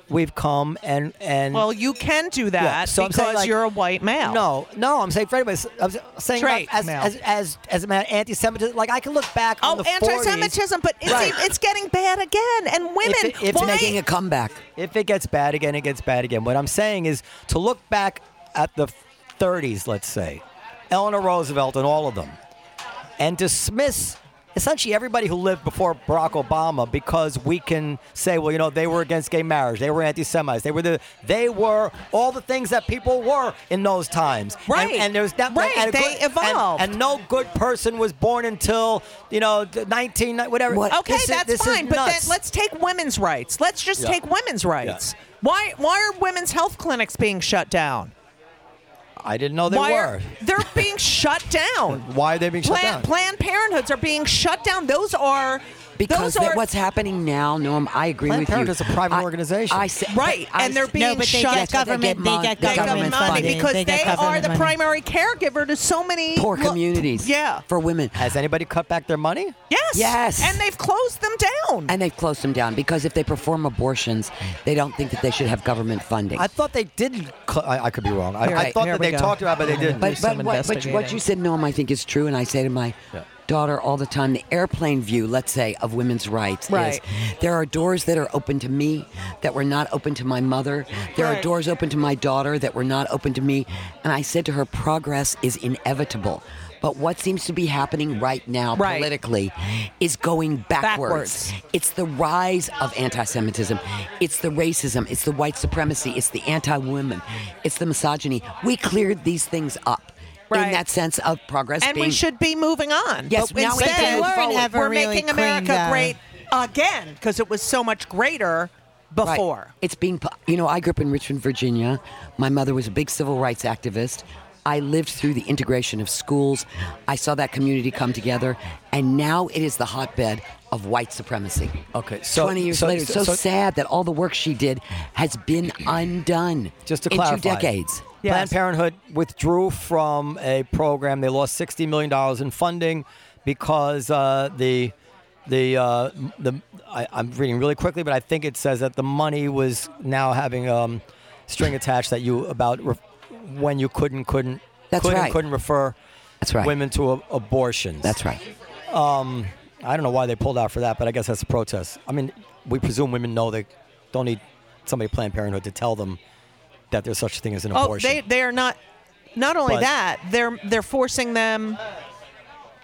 A: we've come and and
E: Well, you can do that
A: so I'm
E: because
A: saying, like-
E: you're a white male.
A: no, no, I'm saying for anybody, I'm saying about
E: Straight
A: as,
E: male.
A: as as as a man, anti-Semitism. Like I can look back on
E: Oh,
A: the 40s.
E: anti-Semitism, but it's, e-,
A: Right.
E: it's getting bad again. And women,
A: it- if it
E: why?
D: Making a comeback.
A: If it gets bad again, it gets bad again. What I'm saying is to look back at the 30s, let's say, Eleanor Roosevelt and all of them, and dismiss essentially everybody who lived before Barack Obama because we can say, well, you know, they were against gay marriage, they were anti-Semites, they were the, they were all the things that people were in those times. And-
E: Right.
A: And, there's that.
E: Right,
A: and a
E: they
A: good- and-
E: evolved.
A: And, no good person was born until you know 19 whatever.
D: What-
E: okay,
A: uh, This is-
E: that's
A: this is
E: fine. But then
A: nuts.
E: let's take women's rights. Let's just
A: Yeah.
E: take women's rights. Why why are women's health clinics being shut down?
A: I didn't know they
E: Why
A: were.
E: are they're being shut down?
A: Why are they being shut down?
E: Planned, Planned Parenthoods are being shut down. Those are
D: Because
E: those are
D: that- what's happening now, Norm, I agree
A: Planned
D: with you.
A: Parenthood is a private
D: I-
A: organization.
D: I said-
E: Right,
D: I
E: and they're
D: said-
E: being
C: No, but they
E: shut
C: get
D: That's what they
C: government.
D: get
C: They
D: mon-
C: get
E: they
D: government
E: government money
D: funding.
E: because they,
C: They get
E: are
C: government
E: the
C: money.
E: primary caregiver to so many
D: poor
E: lo-
D: communities.
E: Yeah.
D: for women.
A: Has anybody cut back their money?
E: Yes.
D: Yes.
E: And they've closed them down.
D: And they've closed them down because if they perform abortions, they don't think that they should have government funding.
A: I thought they did. Cl- I, I could be wrong. I,
D: Here,
A: I thought
B: here
A: that
B: we
A: they
B: go.
A: talked about, it, but they didn't.
D: but
B: some
D: but what, but you- what
B: investigating.
D: you said, Norm, I think is true, and I say to my daughter all the time: the airplane view, let's say, of women's rights
B: Right.
D: is there are doors that are open to me that were not open to my mother. There are
E: Right.
D: doors open to my daughter that were not open to me. And I said to her, progress is inevitable. But what seems to be happening right now
E: Right.
D: politically is going backwards.
E: Backwards.
D: It's the rise of anti Semitism. It's the racism. It's the white supremacy. It's the anti women. It's the misogyny. We cleared these things up in
E: Right.
D: that sense of progress.
E: and
D: being,
E: we should be moving on.
D: Yes,
E: but
D: now we
E: instead,
D: can move
C: forward. Never
E: we're
C: really
E: making America
C: cleaned up.
E: great again because it was so much greater
D: Right.
E: before.
D: It's being, pu- you know, I grew up in Richmond, Virginia. My mother was a big civil rights activist. I lived through the integration of schools. I saw that community come together, and now it is the hotbed of white supremacy.
A: Okay, so-
D: 20 years
A: so-
D: later, it's so,
A: so-
D: sad that all the work she did has been undone
A: Just to
D: in
A: clarify,
D: two decades.
A: Planned Parenthood withdrew from a program. They lost sixty million dollars in funding because uh, the the uh, the I, I'm reading really quickly, but I think it says that the money was now having um, string attached that you about re- when you couldn't couldn't
D: That's
A: couldn't,
D: right.
A: couldn't refer
D: That's right.
A: women to a- abortions.
D: That's right.
A: I don't know why they pulled out for that, but I guess that's a protest. I mean, we presume women know they don't need somebody at Planned Parenthood to tell them that there's such a thing as an
E: Oh,
A: abortion.
E: they they are not. Not only
A: But-
E: that, they're they're forcing them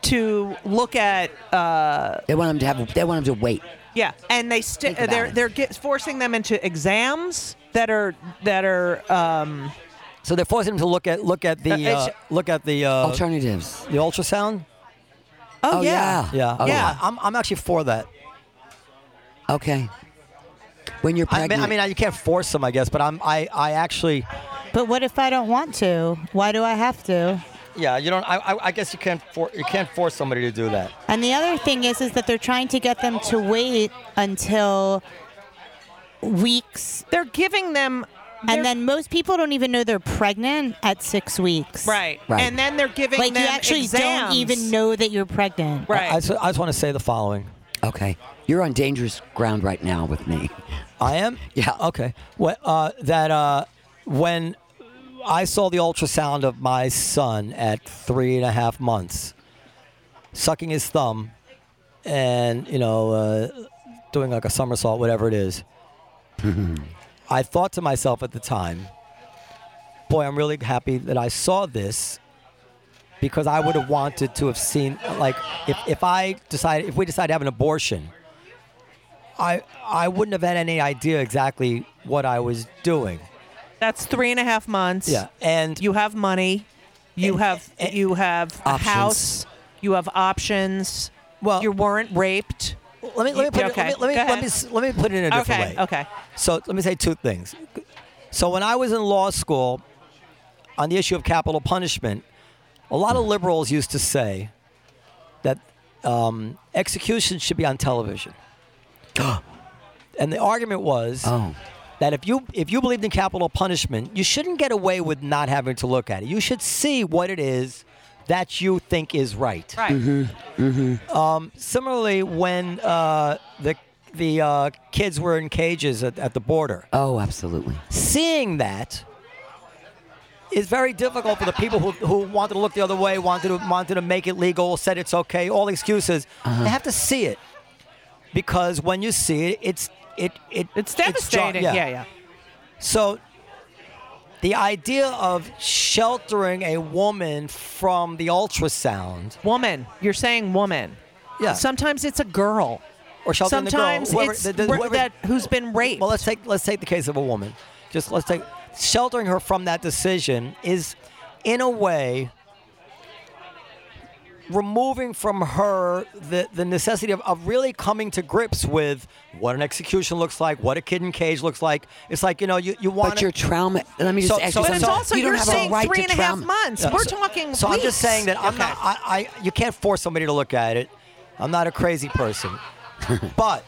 E: to look at uh,
D: They want them to have. They want them to wait.
E: yeah, and they sti-
D: Think about
E: they're
D: it.
E: they're get, forcing them into exams that are that are um,
A: so they're forcing them to look at look at
E: Uh,
A: the
E: it's-
A: uh, look at the uh,
D: Alternatives.
A: the ultrasound.
E: oh,
D: Oh,
E: yeah.
A: Yeah,
D: Oh,
E: Yeah.
A: I, am I'm actually for that.
D: Okay. When you're
A: I
D: pregnant,
A: mean, I mean, I- you can't force them, I guess, but I'm I I actually
C: But what if I don't want to? Why do I have to?
A: yeah you don't I I, I guess you can't for, you can't force somebody to do that.
C: And the other thing is, is that they're trying to get them to wait until weeks,
E: They're giving them
C: and then most people don't even know they're pregnant at six weeks.
E: right.
D: Right.
E: and then they're giving
C: Like you
E: them
C: actually
E: exams.
C: don't even know that you're pregnant.
E: Right.
A: I, I just, I just want to say the following.
D: okay, you're on dangerous ground right now with me.
A: I am.
D: Yeah.
A: Okay. What? Uh, that uh, when I saw the ultrasound of my son at three and a half months, sucking his thumb, and you know, uh, doing like a somersault, whatever it is. I thought to myself at the time, boy, I'm really happy that I saw this because I would have wanted to have seen like if, if I decided if we decided to have an abortion, I I wouldn't have had any idea exactly what I was doing.
E: That's three and a half months.
A: Yeah, and
E: You have money.
A: Eh,
E: You have you have a
D: Options.
E: house. You have options.
A: Well-
E: you weren't raped.
A: let me let me put
E: okay,
A: it, let me let me,
E: go
A: let
E: ahead.
A: me s- let me put it in a different
E: Okay.
A: way.
E: Okay.
A: So let me say two things. So when I was in law school, on the issue of capital punishment, a lot of liberals used to say that um, execution should be on television, and the argument was
D: Oh.
A: that if you if you believed in capital punishment, you shouldn't get away with not having to look at it. You should see what it is that you think is right.
E: Right.
A: Similarly, when uh, the the uh, kids were in cages at, at the border,
D: Oh, absolutely.
A: seeing that is very difficult for the people who, who wanted to look the other way, wanted to wanted to make it legal, said it's okay, all excuses. They have to see it because when you see it, it's it it
E: It's
A: jar-
E: devastating. yeah. yeah.
A: so the idea of sheltering a woman from the ultrasound,
E: Woman. You're saying woman.
A: yeah,
E: Sometimes it's a girl.
A: or sheltering
E: Sometimes
A: the girl, whoever-
E: it's
A: the- the-
E: where-
A: whoever-
E: that who's been raped.
A: Well, let's take let's take the case of a woman. Just let's take sheltering her from that decision is, in a way, removing from her the, the necessity of, of really coming to grips with what an execution looks like, what a kid in cage looks like. It's like, you know, you, you want
D: But your trauma. Let me just
A: So-
D: ask
A: so-
D: you
A: but
E: But it's
D: something.
E: also
D: you don't
E: are
D: have
E: saying
D: a right
E: three
D: to
E: and a half
D: trauma.
E: months. We're talking.
A: So I'm just
E: weeks.
A: saying that I'm
E: Okay.
A: not. I, I you can't force somebody to look at it. I'm not a crazy person, but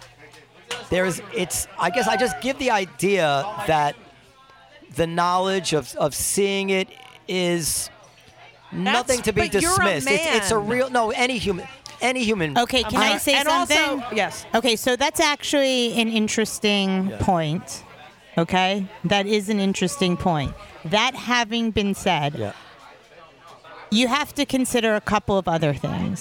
A: there is. It's. I guess I just give the idea that the knowledge of of seeing it is nothing to be
E: but you're a
A: dismissed. It's, it's a
E: man. Uh-huh.
A: real. No, any human. Any human.
F: Okay, can I say
E: and
F: something?
E: also yes.
F: Okay, so that's actually an interesting point. Okay? That is an interesting point. That having been said,
A: Yeah.
F: you have to consider a couple of other things.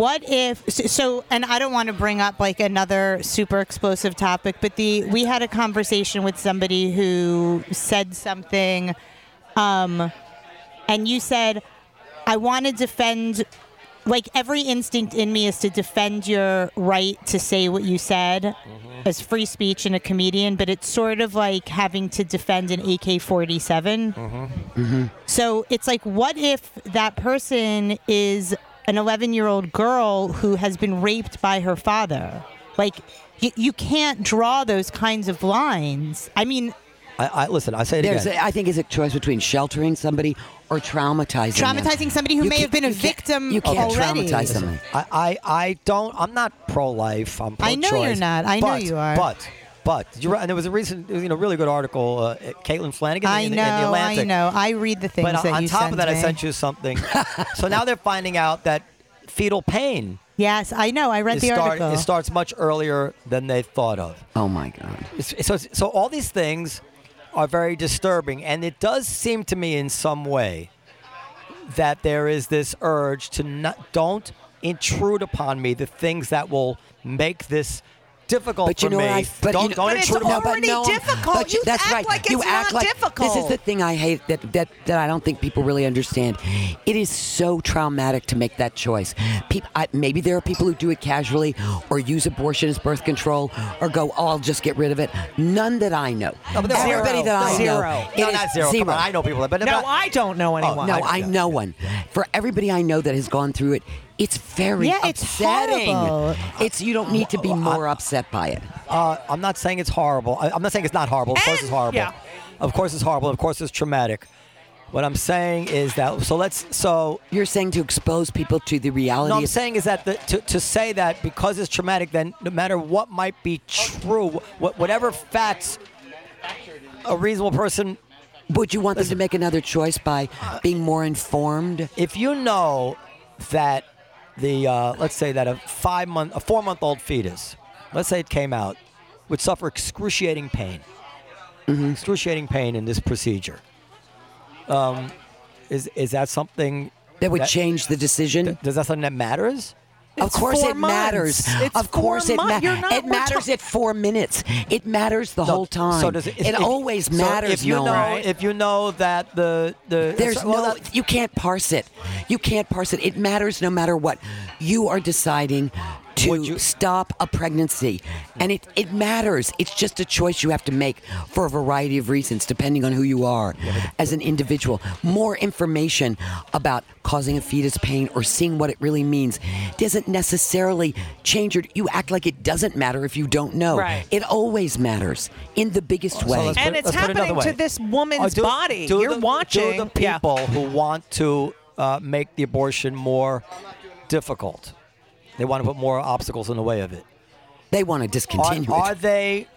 F: What if so- so and I don't want to bring up like another super explosive topic, but the we had a conversation with somebody who said something um and you said I want to defend like every instinct in me is to defend your right to say what you said as free speech and a comedian, but it's sort of like having to defend an AK 47. So it's like, what if that person is an 11 year old girl who has been raped by her father? Like, you, you can't draw those kinds of lines. I mean,
A: I, I listen. I say it
D: There's,
A: again.
D: a, I think, it's a choice between sheltering somebody or traumatizing them.
F: Traumatizing somebody who may
D: can't-
F: have been a
D: you can't-
F: victim
D: You can't
F: already.
D: traumatize somebody.
A: I, I, I don't. I'm not pro-life. I'm pro-choice.
F: I know you're not. I know
A: but,
F: you are.
A: But. But you're right, and there was a recent, you know, really good article, uh, Caitlin Flanagan
F: I
A: in, the-
F: know,
A: in the Atlantic.
F: I know. I read the things
A: But on,
F: that
A: on
F: you
A: top
F: send
A: of that,
F: me.
A: I sent you something. so now they're finding out that fetal pain
F: Yes, I know. I read
A: is
F: the
A: start,
F: article.
A: it starts much earlier than they thought of.
D: Oh my God.
A: It's- So, so all these things are very disturbing, and it does seem to me in some way that there is this urge to not don't intrude upon me the things that will make this difficult
D: But you
A: for
D: know
A: me.
D: what I- but
A: don't
D: you-
A: don't
E: But it's
A: intrude upon
D: No, but
E: already
D: no,
E: difficult.
D: but
E: You
D: that's
E: act
D: right.
E: like
D: you
E: it's
D: act
E: not
D: like this is
E: difficult.
D: the thing I hate that, that that I don't think people really understand. It is so traumatic to make that choice. People, I, maybe there are people who do it casually or use abortion as birth control or go, oh, I'll just get rid of it. None that I know.
A: No, but there's
D: Everybody
A: zero.
D: that I
A: Zero.
D: know.
A: No,
D: it
A: not
D: is
A: zero. Come on, I know people, but
E: No,
A: but-
E: I don't know anyone.
A: Oh, I
D: no,
A: don't
D: I
A: know.
D: know one. For everybody I know that has gone through it, it's very
F: Yeah, it's
D: upsetting.
F: horrible.
D: It's you don't need to be more upset by it.
A: Uh, I'm not saying it's horrible. I, I'm not saying it's not horrible. Of course it's
E: And-
A: horrible.
E: yeah.
A: Of course it's horrible. Of course it's traumatic. What I'm saying is that so let's so
D: You're saying to expose people to the reality
A: no I'm
D: of
A: saying is that the, to to say that because it's traumatic, then no matter what might be true, what whatever facts a reasonable person,
D: Would you want them to make another choice by being more informed?
A: if you know that the uh, let's say that a five month a four month old fetus, let's say it came out, would suffer excruciating pain, excruciating pain in this procedure. Um, is is that something
D: That would
A: That-
D: change the decision.
A: Does that something that matters?
D: of
E: It's
D: course,
E: four
D: it matters.
E: months. It's
D: of course,
E: four
D: it,
E: mon-
D: matters.
E: you're not-
D: it
E: we're
D: matters
E: ta-
D: at four minutes. It matters the
A: No,
D: whole time.
A: So does it,
D: it
A: if-
D: always
A: so
D: matters.
A: If you
D: Noam.
A: know, if you know that the the
D: There's
A: well,
D: no,
A: that-
D: you can't parse it. You can't parse it. It matters no matter what. You are deciding to
A: Would you-
D: stop a pregnancy. And it, it matters. It's just a choice you have to make for a variety of reasons, depending on who you are as an individual. More information about causing a fetus pain or seeing what it really means doesn't necessarily change your. You act like it doesn't matter if you don't know.
E: Right.
D: It always matters in the biggest
A: so
D: way.
A: let's put-
E: And it's
A: let's put it another
E: happening to
A: way. Oh,
E: this woman's
A: do-
E: body.
A: do
E: You're
A: the-
E: watching.
A: Do the
E: Yeah.
A: people who want to uh, make the abortion more difficult? They want to put more obstacles in the way of it.
D: they want to
A: Are,
D: discontinue it.
A: are they?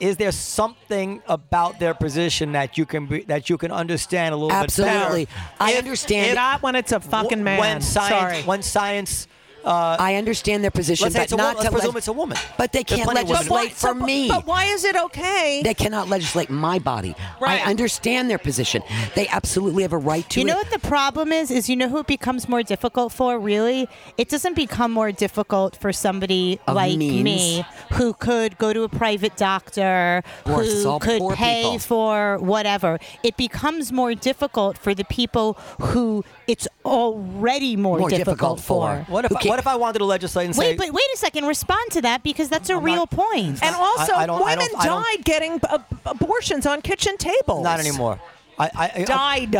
A: Is there something about their position that you can be, that you can understand a little
D: Absolutely.
A: bit better?
D: I
A: If-
D: understand.
A: if-
E: Not when it's a fucking man.
A: When science,
E: Sorry.
A: when science,
D: I understand their position,
A: Let's say
D: but
A: it's a
D: not
A: woman.
D: to
A: Let's presume
D: leg-
A: it's a woman.
D: But they
A: There's
D: can't
A: plenty of women
D: legislate
A: who-
D: for
E: so-
D: me.
E: But why is it okay?
D: They cannot legislate my body.
E: Right.
D: I understand their position. They absolutely have a right to
F: you know
D: it.
F: what the problem is is you know who it becomes more difficult for really it doesn't become more difficult for somebody
D: Of
F: like
D: means.
F: me who could go to a private doctor
D: Of course, it's
F: who
D: all
F: could
D: poor
F: pay
D: people.
F: for whatever it becomes more difficult for the people who it's already more,
D: More difficult for.
A: What if
D: Who
A: I,
D: ca-
A: what if I wanted to legislate and say
F: Wait, but wait a second. Respond to that because that's a real point.
E: and also,
A: I don't- I
E: women
A: don't- I don't-
E: died getting ab- abortions on kitchen tables.
A: not anymore? I, I, I
E: Died.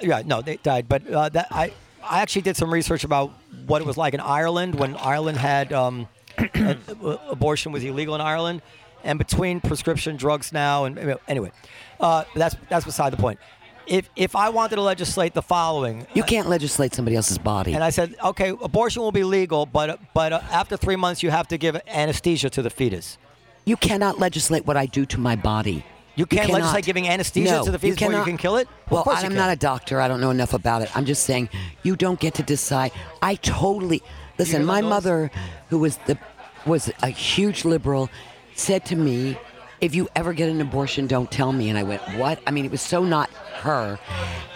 A: yeah, no, they died. But uh, that I, I actually did some research about what it was like in Ireland when Ireland had um, uh, abortion was illegal in Ireland, and between prescription drugs now and anyway, uh, that's that's beside the point. If if I wanted to legislate the following,
D: You can't legislate somebody else's body.
A: and I said, okay, abortion will be legal, but but uh, after three months you have to give anesthesia to the fetus.
D: you cannot legislate what I do to my body.
A: You can't
D: cannot.
A: legislate giving anesthesia
D: No,
A: to the fetus before you
D: cannot.
A: can kill it? Of
D: Well,
A: course you
D: I'm
A: can.
D: not a doctor. I don't know enough about it. I'm just saying you don't get to decide. I totally listen.
A: hear
D: My
A: that noise?
D: mother, who was the was a huge liberal, said to me, "If you ever get an abortion, don't tell me." And I went, "What?" I mean, it was so not her.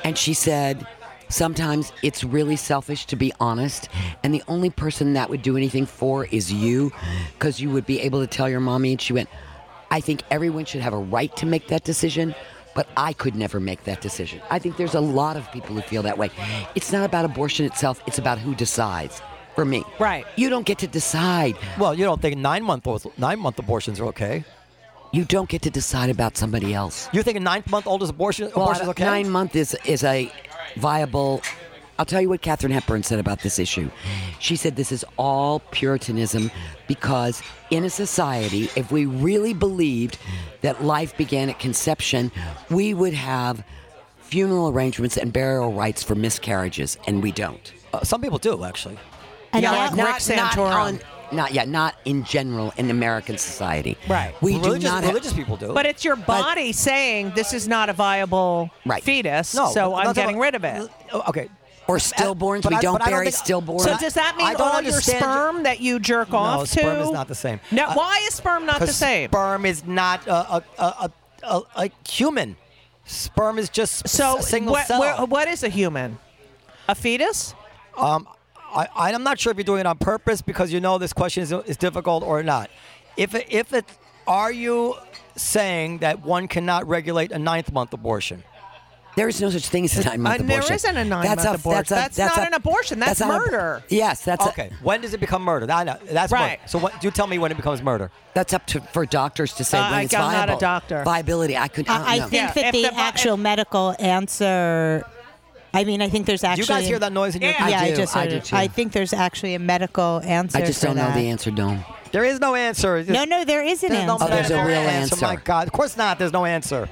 D: And she said. Sometimes it's really selfish to be honest, and the only person that would do anything for is you, because you would be able to tell your mommy. And she went, I think everyone should have a right to make that decision, but I could never make that decision. I think there's a lot of people who feel that way. It's not about abortion itself, it's about who decides. For me,
E: Right.
D: You don't get to decide.
A: Well, you don't think nine month nine month abortions are okay?
D: You don't get to decide about somebody else.
A: You think a nine month old abortion
D: Well,
A: abortion is okay?
D: nine month is is a viable. I'll tell you what Katherine Hepburn said about this issue. She said this is all Puritanism because in a society, if we really believed that life began at conception, we would have funeral arrangements and burial rites for miscarriages, and we don't.
A: Uh, some people do actually.
E: yeah, like Rick Santorum.
D: on- not yet, not in general in American society.
E: Right.
D: We do
A: religious
D: not. have-
A: religious people do.
E: But it's your body saying this is not a viable
D: Right.
E: fetus,
A: no.
E: so
A: but
E: I'm
A: not
E: getting
A: about-
E: rid of it.
A: Uh, Okay.
D: or stillborns.
A: But
D: we
A: I-
D: don't
A: but I don't
D: bury
A: think-
D: stillborns.
A: So
E: So does that mean
A: I don't
E: all
A: understand-
E: your sperm that you jerk
A: no,
E: off to?
A: sperm is not the same.
E: No,
A: Uh,
E: why is sperm not the
A: 'cause
E: same?
A: Sperm is not a a, a, a, a, a human. Sperm is just s-
E: so
A: a single
E: what,
A: cell.
E: where- what is a human? A fetus?
A: I, I- I'm not sure if you're doing it on purpose because you know this question is, is difficult or not. If it, if it, are you saying that one cannot regulate a ninth month abortion?
D: There is no such thing as a nine month
E: Uh, there
D: abortion.
E: isn't a nine-month abortion. That's not an abortion. That's
D: not a-
E: murder.
D: yes, that's a-
A: Okay, when does it become murder? I know that's
E: Right.
A: One. So what, you tell me when it becomes murder.
D: that's up to for doctors to say
E: Uh,
D: when
E: I-
D: it's
E: I'm not a
D: viable.
E: doctor.
D: Viability. I could.
F: I, I
D: don't
F: think
D: know.
E: Yeah,
F: that
E: if
F: the
E: the bu-
F: actual medical answer. I mean, I think there's
A: Do
F: actually.
A: you guys hear that noise in your?
E: Yeah.
F: yeah,
D: I
F: I,
D: do,
F: just
D: I
F: heard
D: do
F: it.
D: too.
F: I think there's actually a medical answer.
D: I just
F: for
D: don't know
F: that.
D: the answer, Dome.
A: There is no answer. It's
F: No,
A: just-
F: no, there is an
A: There's no
F: answer.
D: Oh, there's a
A: better
D: real
A: My
D: answer.
A: God, of course not. There's no answer.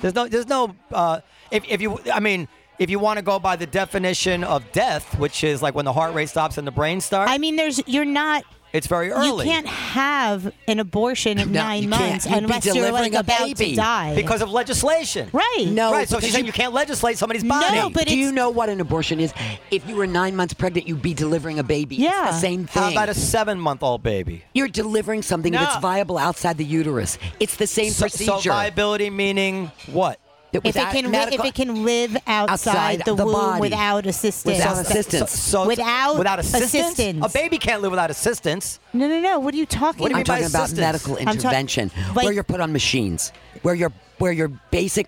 A: There's no. There's no. Uh, if if you, I mean, if you want to go by the definition of death, which is like when the heart rate stops and the brain starts,
F: I mean, there's you're not.
A: it's very early.
F: You can't have an abortion at
D: No,
F: nine
D: you can't.
F: months
D: You'd be
F: unless you're
D: delivering
F: like
D: a
F: about
D: baby
F: to die.
A: because of legislation.
F: right.
D: No,
A: right. So
D: because
A: she's saying
D: you-
A: you can't legislate somebody's
F: No,
A: body.
F: but
D: Do you
F: it's-
D: know what an abortion is? If you were nine months pregnant, you'd be delivering a baby.
F: Yeah.
D: It's the same thing.
A: How about a seven-month-old baby?
D: You're delivering something
E: No.
D: that's viable outside the uterus. It's the same
A: So,
D: procedure.
A: so viability meaning what?
D: That
F: if it
D: without
F: can li-
D: medical-
F: if it can live outside,
D: Outside
F: the,
D: the
F: womb
D: body.
F: without assistance.
D: Without
F: Th-
D: assistance.
A: So, so
F: Without
A: without assistance?
F: assistance.
A: a baby can't live without assistance.
F: No, no, no. What are you talking
A: What do you mean
D: I'm
F: about?
A: by
D: talking about
A: assistance?
D: medical
F: ta-
D: intervention,
F: like-
D: where you're put on machines, where your where your basic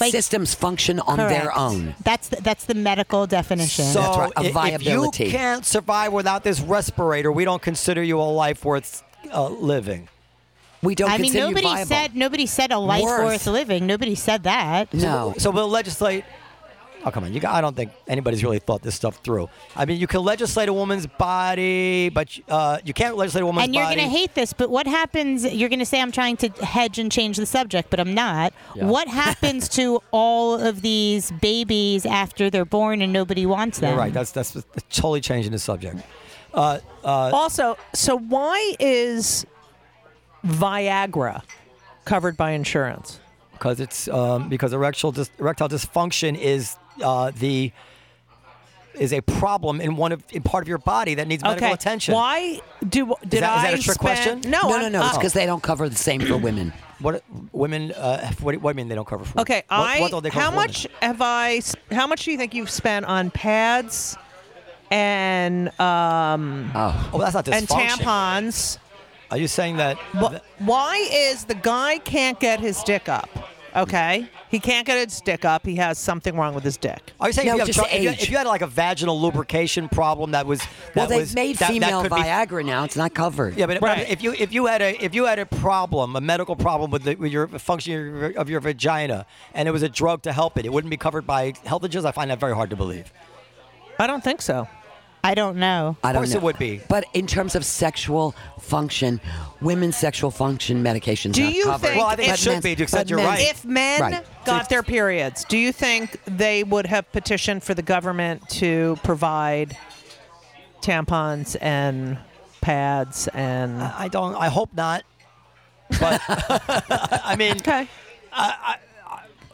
F: Like-
D: systems function on their
F: Correct.
D: own.
F: That's the, that's the medical definition.
A: So
D: That's right, a
A: i-
D: viability.
A: If you can't survive without this respirator, we don't consider you a life worth uh, living.
D: We don't
F: I mean,
D: consider you
F: nobody
D: viable.
F: said nobody said a life
D: Worth.
F: worth living. Nobody said that.
D: no.
A: So we'll legislate. Oh come on! You, got- I don't think anybody's really thought this stuff through. I mean, you can legislate a woman's body, but uh, you can't legislate a woman's
F: And you're
A: body.
F: going to hate this, but what happens? You're going to say I'm trying to hedge and change the subject, but I'm not. What happens to all of these babies after they're born and nobody wants them?
A: You're right. That's that's totally changing the subject. Uh,
E: also, so why is Viagra covered by insurance?
A: because it's um, because erectile dis- erectile dysfunction is uh, the is a problem in one of in part of your body that needs medical attention.
E: Why do did
A: that- is that
E: I
A: a trick
E: spend-
A: question?
E: No,
D: no,
E: I'm-
D: no, no. It's
E: uh,
D: because they don't cover the same for women.
A: What women? Uh, what, what do you mean they don't cover for?
E: Okay,
A: what,
E: I.
A: what don't they cover
E: how
A: for women?
E: much have I? s- How much do you think you've spent on pads and um,
A: Oh, that's not dysfunction.
E: and tampons?
A: Are you saying that?
E: Wh- Why is the guy can't get his dick up? Okay, he can't get his dick up. He has something wrong with his dick.
A: Are you saying if,
D: No,
A: you have
D: just
A: tru- if, you,
D: age.
A: if you had like a vaginal lubrication problem that was that
D: Well, they've
A: was
D: made
A: that,
D: female
A: that could be
D: Viagra now. It's not covered.
A: Yeah, but but
E: Right.
A: if you if you had a if you had a problem, a medical problem with, the, with your function of your- of your vagina, and it was a drug to help it, it wouldn't be covered by health insurance. I find that very hard to believe.
E: I don't think so.
F: I don't know.
D: I don't
A: course
D: know.
A: it would be.
D: But in terms of sexual function, women's sexual function medication
E: Do you
D: covered.
E: think Well, I think
A: it
D: But
A: should
D: men's-
A: be, except
D: but
A: you're
D: men's-
A: right.
E: If men
D: Right.
E: got their periods, do you think they would have petitioned for the government to provide tampons and pads and
A: I don't. I hope not. But I mean,
E: okay?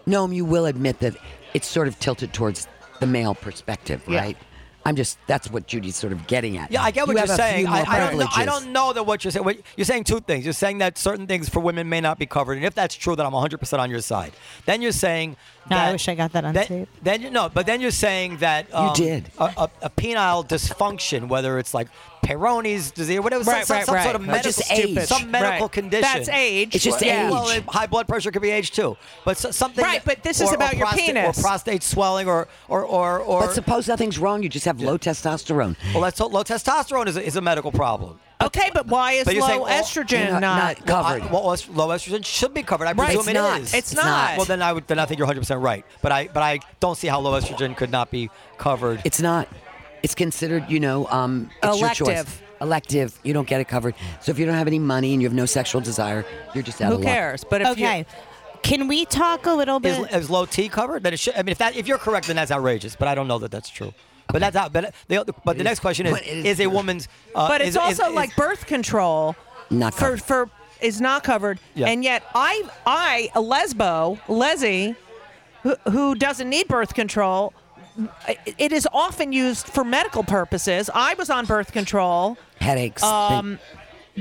D: No, you will admit that it's sort of tilted towards the male perspective,
E: Yeah.
D: right? I'm just that's what Judy's sort of getting at.
A: yeah, I get what
D: you
A: are
D: have a
A: saying.
D: Few more
A: I, I don't know,
D: privileges.
A: I don't know that what you're saying. What, you're saying two things. You're saying that certain things for women may not be covered, and if that's true, then I'm 100 percent on your side. Then you're saying.
F: No, I
A: that-
F: wish I got that on
A: then,
F: tape.
A: Then you no, but then you're saying that um,
D: did.
A: a, a, a penile dysfunction, whether it's like Peyronie's disease, or whatever, some-
E: Right,
A: some,
E: right,
A: some
E: right.
A: sort of
E: Or
A: medical,
D: just age.
A: some medical
E: Right.
A: condition.
E: That's age.
D: It's just
A: yeah.
D: age.
A: Well, it- high blood pressure could be age too, but so, something.
E: Right, but this is
A: or- or
E: about your
A: prostate-
E: penis.
A: or prostate swelling, or or or or.
D: But suppose nothing's wrong. You just have low testosterone.
A: well, that's, low testosterone is a, is a medical problem.
E: Okay, but why is
A: But you're
E: low
A: saying all-
E: estrogen
D: You're not-
E: not?
D: not covered.
A: I- well, est- low estrogen should be covered. I
E: Right.
A: presume
E: It's
A: it
D: not.
A: is.
E: It's It's not. not.
A: Well, then I would. Then I think you're 100 percent right. But I but I don't see how low estrogen could not be covered.
D: It's not. It's considered, you know, um, it's your choice.
E: Elective.
D: Elective. You don't get it covered. So if you don't have any money and you have no sexual desire, you're just out
E: Who
D: of luck.
E: cares? But if
F: Okay.
E: you,
F: Can we talk a little
A: is,
F: bit?
A: is low T covered? Then it should. I mean, if that if you're correct, then that's outrageous. But I don't know that that's true. But that's out. But the, other- but the next question is:
D: but it is
A: Is a
D: true.
A: woman's? Uh,
E: but it's
A: is- is-
E: also
A: is-
E: like birth control
D: Not
E: for
D: covered.
E: for is not covered,
A: Yeah.
E: and yet I I a lesbo lesy who, who doesn't need birth control. i- It is often used for medical purposes. I was on birth control
D: Headaches.
E: um,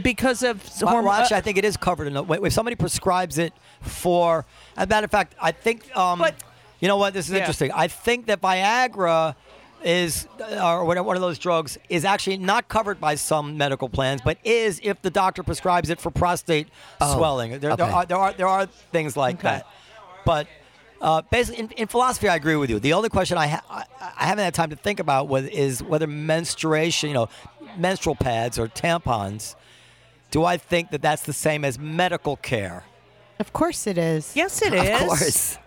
E: because of uh,
A: Well,
E: hormone.
A: well, actually, I think it is covered in. the- If if somebody prescribes it for, as a matter of fact, I think. Um,
E: But-
A: you know what? This is
E: Yeah.
A: interesting. I think that Viagra is, uh, or whatever- one of those drugs, is actually not covered by some medical plans, but is if the doctor prescribes it for prostate
D: Oh,
A: swelling. There, there
D: okay.
A: are there are there are things like that, but. Uh, basically, in, in philosophy, I agree with you. The only question I, ha- I, I haven't had time to think about was, is whether menstruation, you know, menstrual pads or tampons, do I think that that's the same as medical care?
F: of course it is.
E: yes, it
D: of
E: is.
D: course.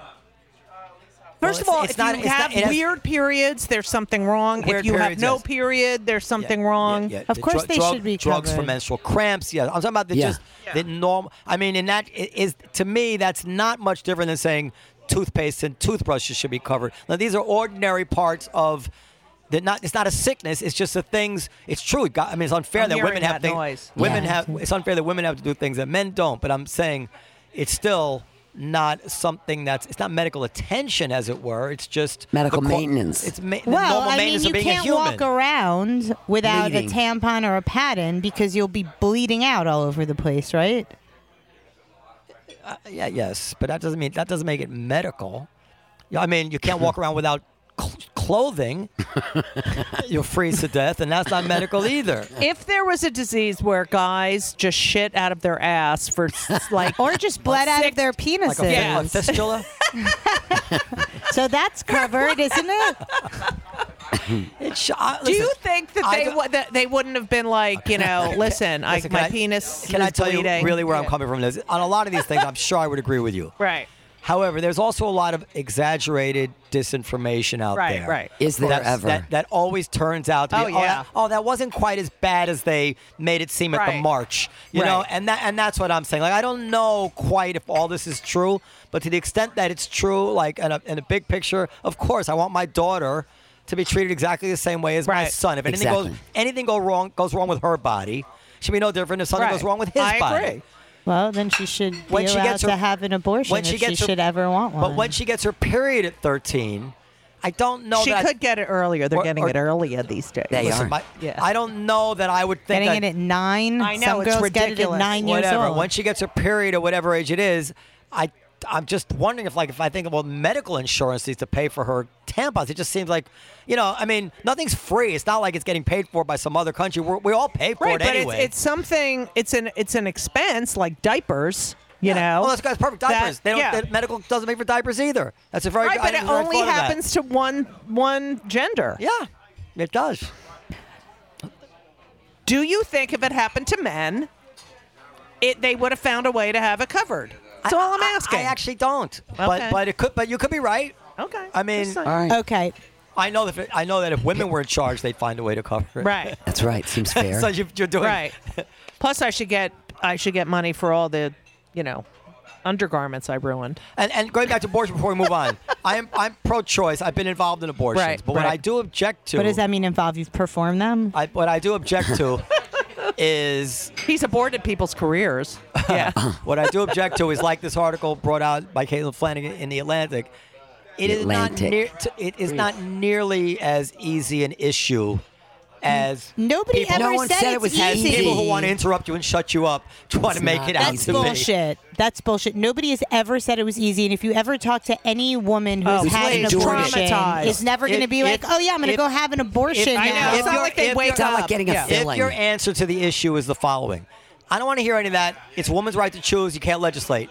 E: First
A: Well,
E: of all,
A: it's- it's
E: if
A: not-
E: you
A: it's not-
E: have
A: it has-
E: weird periods, there's something wrong.
A: Weird
E: If you have
A: periods,
E: no
A: yes.
E: period, there's something
A: Yeah,
E: wrong.
A: yeah, yeah.
F: Of
A: The
F: course they should be
A: drugs for
F: covered.
A: menstrual cramps. Yeah, I'm talking about the
D: Yeah.
A: just the normal. I mean, and that i- is to me that's not much different than saying toothpaste and toothbrushes should be covered. Now these are ordinary parts of. they not, it's not a sickness. It's just the things. It's true. God, I mean, it's unfair
E: I'm
A: that women
E: hearing
A: have
E: that
A: things.
E: noise.
A: Women
D: Yeah.
A: have. It's unfair that women have to do things that men don't. But I'm saying, it's still not something that's. It's not medical attention, as it were. It's just the
D: Medical
A: qua-
D: maintenance.
A: It's ma- the
F: Well,
A: normal
F: I mean,
A: maintenance
F: you
A: of being a
F: can't
A: human.
F: walk around without
D: Bleeding.
F: a tampon or a pad in because you'll be bleeding out all over the place, right?
A: Yeah, yes, but that doesn't mean that doesn't make it medical. Yeah, I mean, you can't walk around without cl- clothing. You'll freeze to death, and that's not medical either.
E: If there was a disease where guys just shit out of their ass for s- like
F: Or just bled out of their
A: Like a,
F: penises.
A: yeah. a fistula.
F: So that's covered, isn't it?
A: It sh- I-
E: Do you
A: uh, listen,
E: think that
A: I
E: they
A: don't-
E: w- that they wouldn't have been like you know? Listen, I,
A: listen, can
E: my
A: I-
E: penis.
A: Can
E: is
A: I tell
E: bleeding.
A: you really where I'm
E: Yeah.
A: coming from? Liz? On a lot of these things, I'm sure I would agree with you.
E: Right.
A: However, there's also a lot of exaggerated disinformation out
E: Right,
A: there.
E: right.
D: Is there
A: That's-
D: ever?
A: That, that always turns out to be,
E: Oh, yeah.
A: that, oh, that wasn't quite as bad as they made it seem at the
E: Right.
A: march. You know,
E: Right.
A: and that and that's what I'm saying. Like, I don't know quite if all this is true, but to the extent that it's true, like in a, in a big picture, of course, I want my daughter to be treated exactly the same way as my
E: Right.
A: son. If anything goes
D: Exactly.
A: anything go wrong goes wrong with her body, should be no different if something
E: Right.
A: goes wrong with his
E: I
A: body.
E: agree.
F: Well, then she should be
A: When she
F: allowed
A: gets her-
F: to have an abortion
A: when
F: if
A: she gets her-
F: should ever want one.
A: But when she gets her period at 13, I don't know
E: She
A: that I-
E: could get it earlier. They're
A: Or-
E: getting
A: or-
E: it earlier these days.
D: They
A: Listen,
D: are.
A: my-
E: Yeah.
A: I don't know that I would think
F: Getting
A: that
F: it at nine.
E: I know,
F: Some
E: it's
F: girls get it
E: ridiculous.
F: at nine years
A: whatever.
F: old.
A: When she gets her period or whatever age it is, I I'm just wondering if like if I think well medical insurance needs to pay for her tampons. It just seems like you know I mean nothing's free. It's not like it's getting paid for by some other country. We're, we all pay for
E: Right,
A: it
E: but
A: anyway.
E: it's, it's something. It's an it's an expense like diapers. You
A: Yeah.
E: know.
A: well, that's that's perfect diapers.
E: That-
A: they don't,
E: yeah.
A: that medical doesn't pay for diapers either. That's a very
E: right,
A: I
E: but it
A: didn't- I
E: only
A: thought of that.
E: happens to one one gender.
A: Yeah, it does.
E: Do you think if it happened to men, it they would have found a way to have it covered? That's all I'm
A: I- I-
E: asking.
A: I, actually don't. But
E: Okay.
A: but it could. But you could be right.
E: okay.
A: I mean, uh,
E: Just like-
D: All right.
F: Okay.
A: I know that if, I know that if women were in charge, they'd find a way to cover it.
E: Right.
D: That's right. Seems fair.
A: so you, you're doing
E: Right. Plus, I should get I should get money for all the, you know, undergarments I ruined.
A: And, and going back to abortion before we move on, I am I'm pro-choice. I've been involved in abortions,
E: Right,
A: but what
E: right.
A: I do object to,
F: What does that mean? Involve you've performed them?
A: I, what I do object to is
E: He's aborted people's careers. Yeah.
A: what I do object to is like this article brought out by Caitlin Flanagan in the Atlantic. It is
D: Atlantic.
A: not near, t- it is not nearly as easy an issue as
F: Nobody
A: people,
F: ever
D: No one
F: said,
D: said it
F: it's
D: was
A: as
F: easy.
A: people who want to interrupt you and shut you up try to
D: It's
A: make
D: not
A: it out
F: That's
A: to me.
F: bullshit. That's bullshit. Nobody has ever said it was easy. And if you ever talk to any woman
E: Oh,
F: who's had an
D: please,
F: abortion,
E: traumatized.
F: it's never going to
A: If-
F: be like,
A: if-
F: oh yeah, I'm going to
A: if-
F: go have an abortion
E: I
F: now.
E: know. It's
A: If
E: not
A: you're-
E: like they
A: if
E: wake
A: you're-
E: up.
D: it's not like getting a
E: yeah.
D: filling.
A: If your answer to the issue is the following, I don't want to hear any of that. It's woman's right to choose. You can't legislate.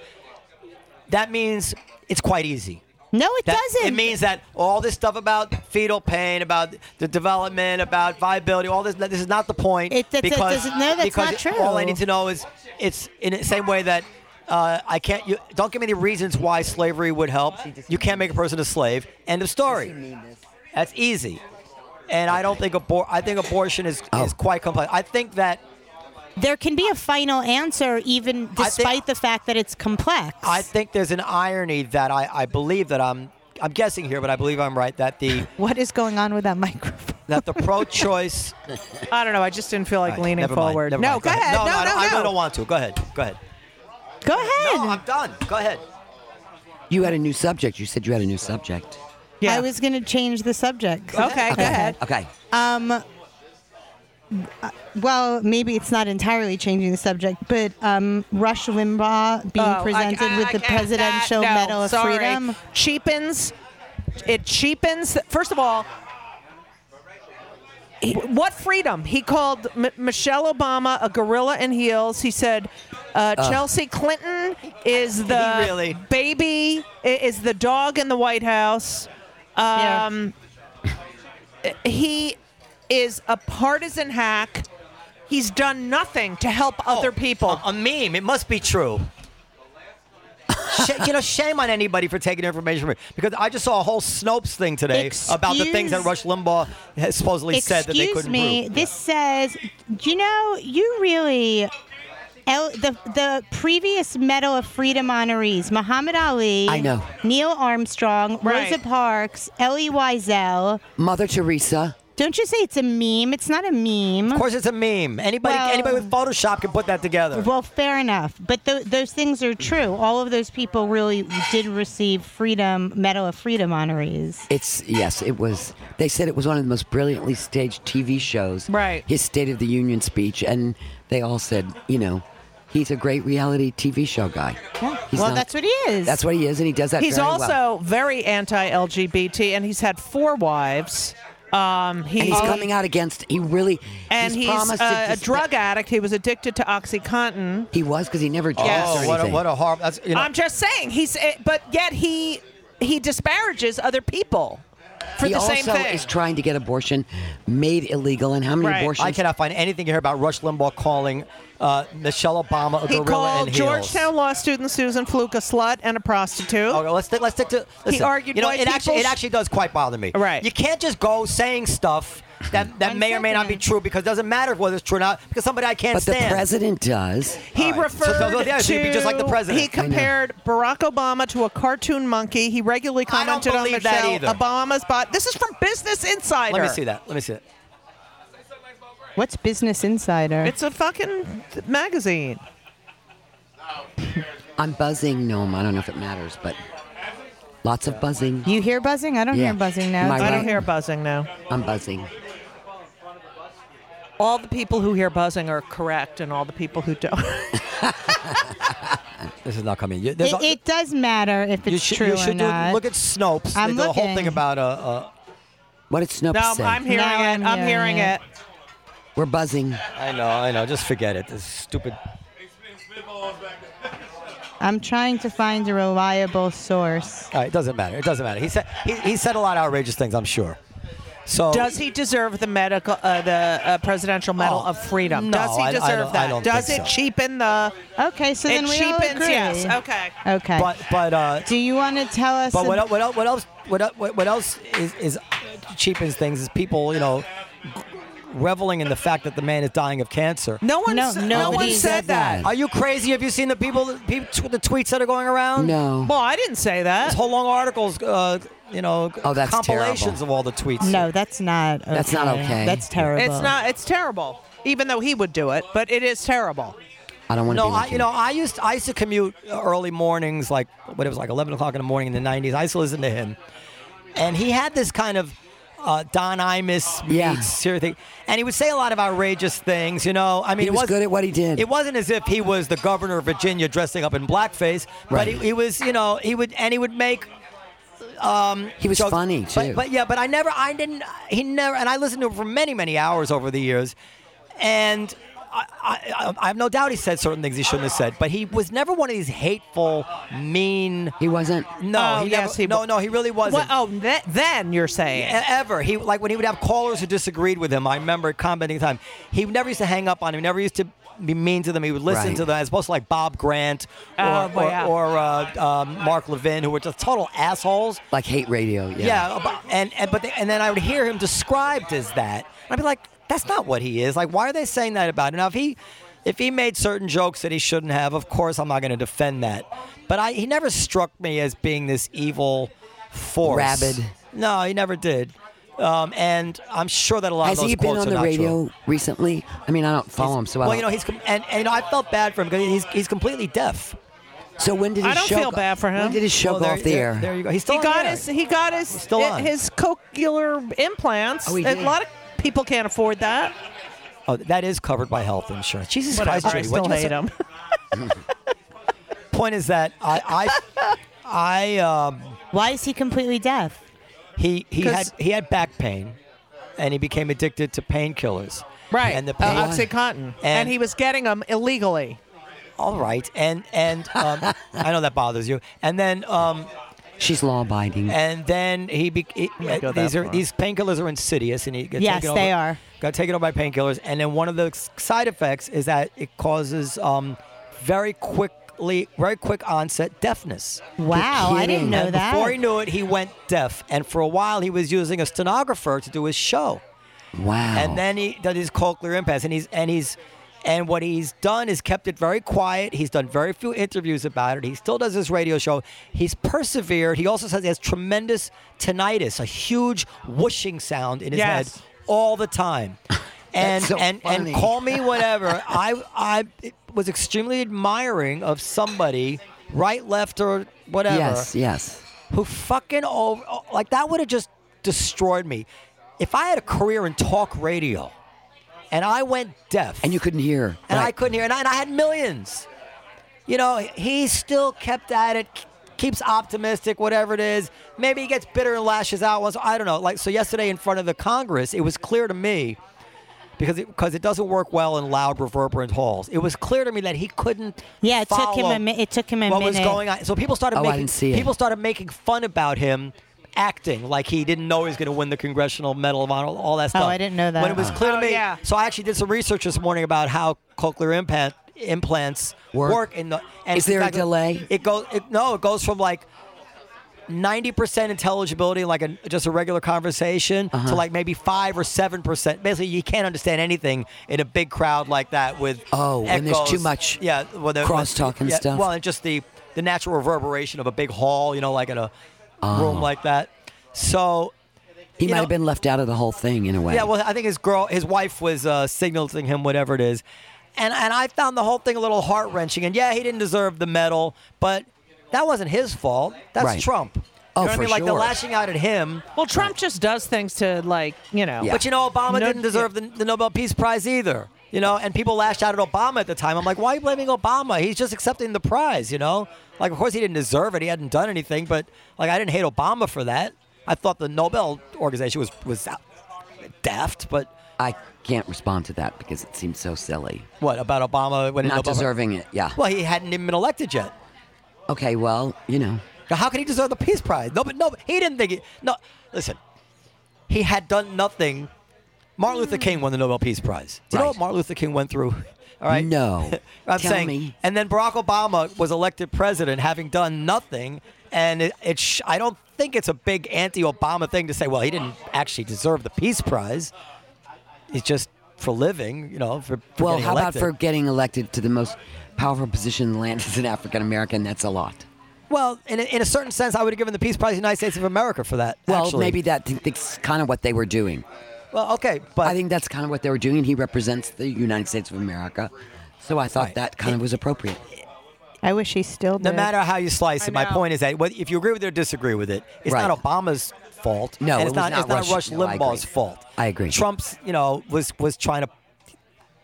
A: That means it's quite easy.
F: no, it
A: That,
F: doesn't.
A: It means that all this stuff about fetal pain, about the development, about viability, all this, this is not the point.
F: It- that's- that
A: because,
F: doesn't- no, that's
A: because
F: not true.
A: All I need to know is it's in the same way that uh, I can't, you, don't give me the reasons why slavery would help. You can't make a person a slave. End of story. That's easy. And I don't think abor- I think abortion is, is quite complex. I think that
F: there can be a final answer, even despite the fact that it's complex.
A: I think there's an irony that I, I believe that I'm I'm guessing here, but I believe I'm right that the
F: what is going on with that microphone?
A: that the pro-choice
E: I don't know. I just didn't feel like
A: All right,
E: leaning
A: never mind,
E: forward.
A: never
E: no,
A: mind.
E: go ahead.
A: No, I,
E: no,
A: don't- I really
E: no.
A: don't want to. Go ahead. Go ahead.
F: Go ahead.
A: No, I'm done. Go ahead.
D: you had a new subject. You said you had a new subject.
E: Yeah.
F: I was going to change the subject.
E: okay. Go ahead.
D: Okay.
F: Well, maybe it's not entirely changing the subject, but um, Rush Limbaugh being
E: Oh, I-
F: presented
E: I-
F: with
E: I
F: the
E: can't-
F: Presidential
E: that- no,
F: Medal of
E: sorry.
F: Freedom.
E: cheapens. It cheapens. First of all, wh- what freedom? He called M- Michelle Obama a gorilla in heels. He said uh, Chelsea Clinton is the
A: really?
E: baby, i- is the dog in the White House.
F: Yeah.
E: Um, He is a partisan hack. He's done nothing to help other people.
A: A, a meme. It must be true. Sh- you know, shame on anybody for taking information from me because I just saw a whole Snopes thing today about the things that Rush
F: Excuse-
A: Limbaugh has supposedly said that they
F: Excuse
A: couldn't
F: me.
A: prove.
F: This says, you know, you really. El, the the previous Medal of Freedom honorees: Muhammad Ali,
D: I know.
F: Neil Armstrong,
E: Right.
F: Rosa Parks, E Ellie Wiesel.
D: Mother Teresa.
F: Don't you say it's a meme? It's not a meme.
A: Of course, it's a meme. Anybody,
F: Well-
A: anybody with Photoshop can put that together.
F: Well, fair enough. But th- those things are true. All of those people really did receive freedom, Medal of Freedom honorees.
D: It's yes, it was. They said it was one of the most brilliantly staged TV shows.
E: Right.
D: His State of the Union speech, and they all said, you know, he's a great reality TV show guy. He's
F: well,
D: not-
F: that's what he is.
D: That's what he is, and he does that.
E: He's
D: very
E: also
D: well.
E: very anti-LGBT, and he's had four wives. Um, he-
D: and he's coming out against. He really
E: and he's, uh,
D: promised
E: a,
D: to
E: a drug addict. He was addicted to OxyContin.
D: He was because he never drinks
E: Yes.
D: or
A: Oh,
D: anything.
A: what a, what a harm. That's, you know,
E: I'm just saying he's, eh, but yet he he disparages other people for
D: he
E: the
D: also
E: same thing.
D: is trying to get abortion made illegal, and how many
E: Right.
D: abortions?
A: I cannot find anything here about Rush Limbaugh calling uh, Michelle Obama a
E: he
A: gorilla
E: called
A: in heels.
E: Georgetown law student Susan Fluke a slut and a prostitute.
A: Okay, let's stick, let's stick to. Listen,
E: argued
A: you know,
E: white
A: it actually it
E: people sh-
A: actually does quite bother me.
E: Right.
A: You can't just go saying stuff that that
F: One
A: may or may not be
F: second.
A: true because it doesn't matter whether it's true or not because somebody I can't
D: but the
A: stand.
D: president does.
E: He
A: All right. So,
E: referred
A: so, yeah,
E: to
A: so you'd be just like the president.
E: He
A: I know.
E: compared Barack Obama to a cartoon monkey. He regularly
A: I don't
E: commented on
A: believe that
E: Michelle
A: either.
E: Obama's bot. This is from Business Insider.
A: Let me see that. Let me see it.
F: What's Business Insider?
E: It's a fucking th- magazine.
D: I'm buzzing, Noam. I don't know if it matters, but lots of buzzing.
F: you hear buzzing? I don't
D: Yeah.
F: hear buzzing now.
D: My
E: I
D: Right.
E: don't hear buzzing now.
D: I'm buzzing.
E: All the people who hear buzzing are correct, and all the people who don't.
A: This is not coming. You, there's
F: It,
A: a-
F: it does matter if
A: you
F: it's
A: should,
F: true
A: you should
F: or
A: do-
F: not.
A: look at Snopes.
F: I'm
A: they do a whole
F: looking.
A: thing about a. Uh,
D: What did Snopes
E: no,
D: say?
E: I'm hearing
F: Now
E: it.
F: I'm
E: I'm, hearing
F: hearing it.
E: it.
D: We're buzzing.
A: I know, I know. Just forget it. This stupid.
F: I'm trying to find a reliable source.
A: All right, it doesn't matter. It doesn't matter. He said he, he said a lot of outrageous things. I'm sure. So
E: Does he deserve the medical, uh, the uh, Presidential Medal
A: Oh,
E: of Freedom?
A: no,
E: Does he
A: I- I
E: deserve
A: don't- I
E: that?
A: don't
E: Does
A: think
E: it
A: so.
E: cheapen the?
F: Okay, so
E: It
F: then we all
E: cheapens.
F: agree.
E: Yes. Okay.
F: Okay.
A: But but uh,
F: Do you want to tell us?
A: But what, el-
F: ab-
A: what, el- what else? What, el- what, what else is, is cheapens things is people, you know, reveling in the fact that the man is dying of cancer.
E: No one,
F: No,
E: s- no one
F: nobody
E: said
F: said
E: that.
A: Are you crazy? Have you seen the people, the peop- tw- the tweets that are going around?
D: No.
E: Well, I didn't say
A: There's
E: that.
A: whole long articles, uh, you know,
D: Oh, that's
A: compilations
D: terrible.
A: of all the tweets.
F: No, that's not. Okay.
D: That's not okay.
F: That's terrible.
E: It's not. It's terrible. Even though he would do it, but it is terrible.
D: I don't want to
A: No,
D: be
A: I,
D: like
A: you know, I used I used to commute early mornings, like what it was like eleven o'clock in the morning in the '90s. I used to listen to him, and he had this kind of uh, Don Imus meets
D: Yeah.
A: sort of thing, and he would say a lot of outrageous things. You know, I mean,
D: He
A: it
D: was
A: wasn't-
D: good at what he did.
A: It wasn't as if he was the governor of Virginia dressing up in blackface, but
D: Right.
A: he, he was, you know, he would and he would make
D: He was
A: jokes.
D: funny too.
A: But, but yeah, but I never, I didn't, he never, and I listened to him for many, many hours over the years, and I, I, I have no doubt he said certain things he shouldn't have said. But he was never one of these hateful, mean.
D: he wasn't.
A: No,
E: Oh,
A: he
E: yes,
A: never,
E: he
A: no,
E: wa-
A: no, he really wasn't.
E: Well, oh, th- then you're saying.
A: E- Ever he like when he would have callers who disagreed with him. I remember commenting time. He never used to hang up on him. Never used to be mean to them. He would listen
D: Right.
A: to them as opposed to like Bob Grant or,
E: Oh, boy,
A: or,
E: yeah.
A: or, uh, um, Mark Levin, who were just total assholes.
D: Like hate radio. Yeah.
A: Yeah, but, and and but they, and then I would hear him described as that. And I'd be like, that's not what he is. Like, why are they saying that about him? Now, if he if he made certain jokes that he shouldn't have, of course I'm not going to defend that. But I he never struck me as being this evil force.
D: Rabid.
A: No, he never did. Um, and I'm sure that a lot
D: Has
A: of those
D: he been
A: quotes
D: on
A: are
D: the
A: not true.
D: radio recently? I mean, I don't follow him, so I
A: well,
D: don't-
A: you know, he's com- and, and you know, I felt bad for him because he's he's completely deaf.
D: so when did his
E: I don't
D: show
E: feel
D: go-
E: bad for him.
D: When did his show
A: Well,
D: go
A: there,
D: off the
A: there-
D: air?
A: There you go. He's still
E: He
A: on
E: got
A: the air.
E: his he got his eh,
A: still on.
E: his cochlear implants.
D: Oh, he
E: a
D: did.
E: lot of people can't afford that.
A: Oh, that is covered by health insurance. Jesus
E: Whatever,
A: Christ,
E: I
A: Judy,
E: still
A: what you
E: hate him.
A: point is that I I, I um,
F: Why is he completely deaf?
A: he he had
E: 'Cause-
A: he had back pain, and he became addicted to painkillers.
E: Right.
A: And the pain.
E: uh, OxyContin, and,
A: And-
E: he was getting them illegally.
A: all right. And and um, I know that bothers you. And then um,
D: She's law abiding.
A: and then he, be- he- uh,
E: might go that
A: these are
E: far.
A: these painkillers are insidious, and he gets
F: Yes,
A: taken
F: they
A: over-
F: are.
A: Got taken over by painkillers, and then one of the s- side effects is that it causes um, very quickly very quick onset deafness.
F: Wow, I didn't
D: kidding.
F: know
A: and
F: that.
A: Before he knew it, he went deaf, and for a while he was using a stenographer to do his show.
D: Wow.
A: And then he does his cochlear implants, and he's and he's and what he's done is kept it very quiet. He's done very few interviews about it. He still does his radio show. He's persevered. He also says he has tremendous tinnitus, a huge whooshing sound in his
E: Yes.
A: head all the time. And
D: so
A: and
D: funny.
A: and call me whatever. I I it was extremely admiring of somebody, right, left, or whatever
D: yes, yes.
A: who fucking over like that would have just destroyed me. If I had a career in talk radio and I went deaf
D: And you couldn't hear.
A: and I
D: right.
A: couldn't hear and I, and I had millions, you know, he still kept at it, k- keeps optimistic, whatever it is. Maybe he gets bitter and lashes out once. I don't know. Like so, yesterday in front of the Congress, it was clear to me. Because it, cause it doesn't work well in loud, reverberant halls. It was clear to me that he couldn't.
F: yeah, it took him
A: follow
F: a mi- it took him a
A: what
F: minute.
A: was going on. So people started
D: Oh, I
A: making
D: didn't see it.
A: people started making fun about him acting like he didn't know he was going to win the Congressional Medal of Honor, all that stuff.
F: Oh, I didn't know that.
A: When it was clear to
E: Oh,
A: me.
E: yeah.
A: So I actually did some research this morning about how cochlear implant implants
D: Work.
A: work, in the. And
D: Is there a
A: exactly-
D: delay?
A: It goes. It, no, it goes from like. 90% intelligibility, like a, just a regular conversation,
D: Uh-huh.
A: to like maybe 5 or 7%. Basically, you can't understand anything in a big crowd like that with
D: Oh, when there's too
A: echoes.
D: much
A: yeah, well, there-
D: crosstalk and
A: yeah,
D: stuff.
A: Well, and just the the natural reverberation of a big hall, you know, like in a
D: Oh.
A: room like that. So
D: he
A: you
D: might
A: know-
D: have been left out of the whole thing in a way.
A: yeah, well, I think his girl, his wife was uh, signaling him whatever it is, and and I found the whole thing a little heart wrenching. And yeah, he didn't deserve the medal, but that wasn't his fault. That's
D: Right.
A: Trump. You
D: Oh,
A: know what I
D: for
A: mean? Like they're
D: sure.
A: lashing out at him,
E: Well, Trump just does things to like you know.
D: Yeah.
A: but you know, Obama
E: No-
A: didn't deserve the, the Nobel Peace Prize either. You know, and people lashed out at Obama at the time. I'm like, why are you blaming Obama? He's just accepting the prize, you know? Like, of course, he didn't deserve it. He hadn't done anything, but, like, I didn't hate Obama for that. I thought the Nobel organization was, was out- daft, but
D: I can't respond to that because it seems so silly.
A: what about Obama? When
D: Not
A: Nobel-
D: deserving it. Yeah.
A: Well, he hadn't even been elected yet.
D: Okay. Well, you know.
A: Now, How could he deserve the Peace Prize? No, but no, he didn't think it. No, listen, he had done nothing. Martin Luther King won the Nobel Peace Prize. Do you know
D: Right.
A: what Martin Luther King went through? All right.
D: No.
A: I'm
D: Tell
A: saying.
D: me.
A: And then Barack Obama was elected president, having done nothing, and it, it sh- I don't think it's a big anti-Obama thing to say. Well, he didn't actually deserve the Peace Prize. He's just for living, you know. For, for
D: Well,
A: getting
D: how
A: elected.
D: about for getting elected to the most powerful position in the land as an African American? That's a lot.
A: Well, in a, in a certain sense, I would have given the Peace Prize to the United States of America for that.
D: Well,
A: actually.
D: maybe that, that's kind of what they were doing.
A: Well, okay, but
D: I think that's kind of what they were doing. He represents the United States of America. So I thought
A: Right.
D: that kind of was appropriate.
C: I wish he still did.
A: no matter how you slice
E: I
A: it, my
E: know.
A: point is that whether- if you agree with it or disagree with it, it's
D: Right.
A: not Obama's fault.
D: No,
A: and
D: it
A: it's
D: was
A: not,
D: not
A: it's not Rush
D: Rush- no, I agree.
A: Limbaugh's fault.
D: I agree.
A: Trump's, you know, was was trying to.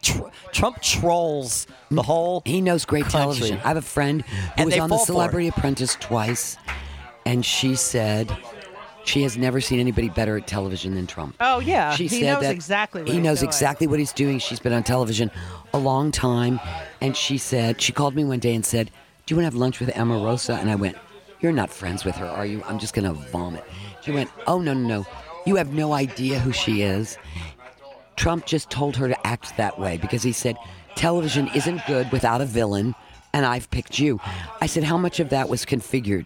A: Tr- Trump trolls the whole.
D: He knows great
A: country.
D: television. I have a friend who
A: And
D: was
A: they
D: on The
A: fall for it.
D: Celebrity Apprentice twice, and she said she has never seen anybody better at television than Trump.
E: Oh, yeah.
D: she
E: He
D: said
E: knows
D: that
E: exactly what
D: he
E: he's
D: knows
E: doing.
D: exactly what he's doing. She's been on television a long time, and she said she called me one day and said, "Do you want to have lunch with Emma Rosa?" And I went, "You're not friends with her, are you?" I'm just gonna vomit. She went, "Oh no, no, no! You have no idea who she is." Trump just told her to act that way because he said television isn't good without a villain, and I've picked you. I said, How much of that was configured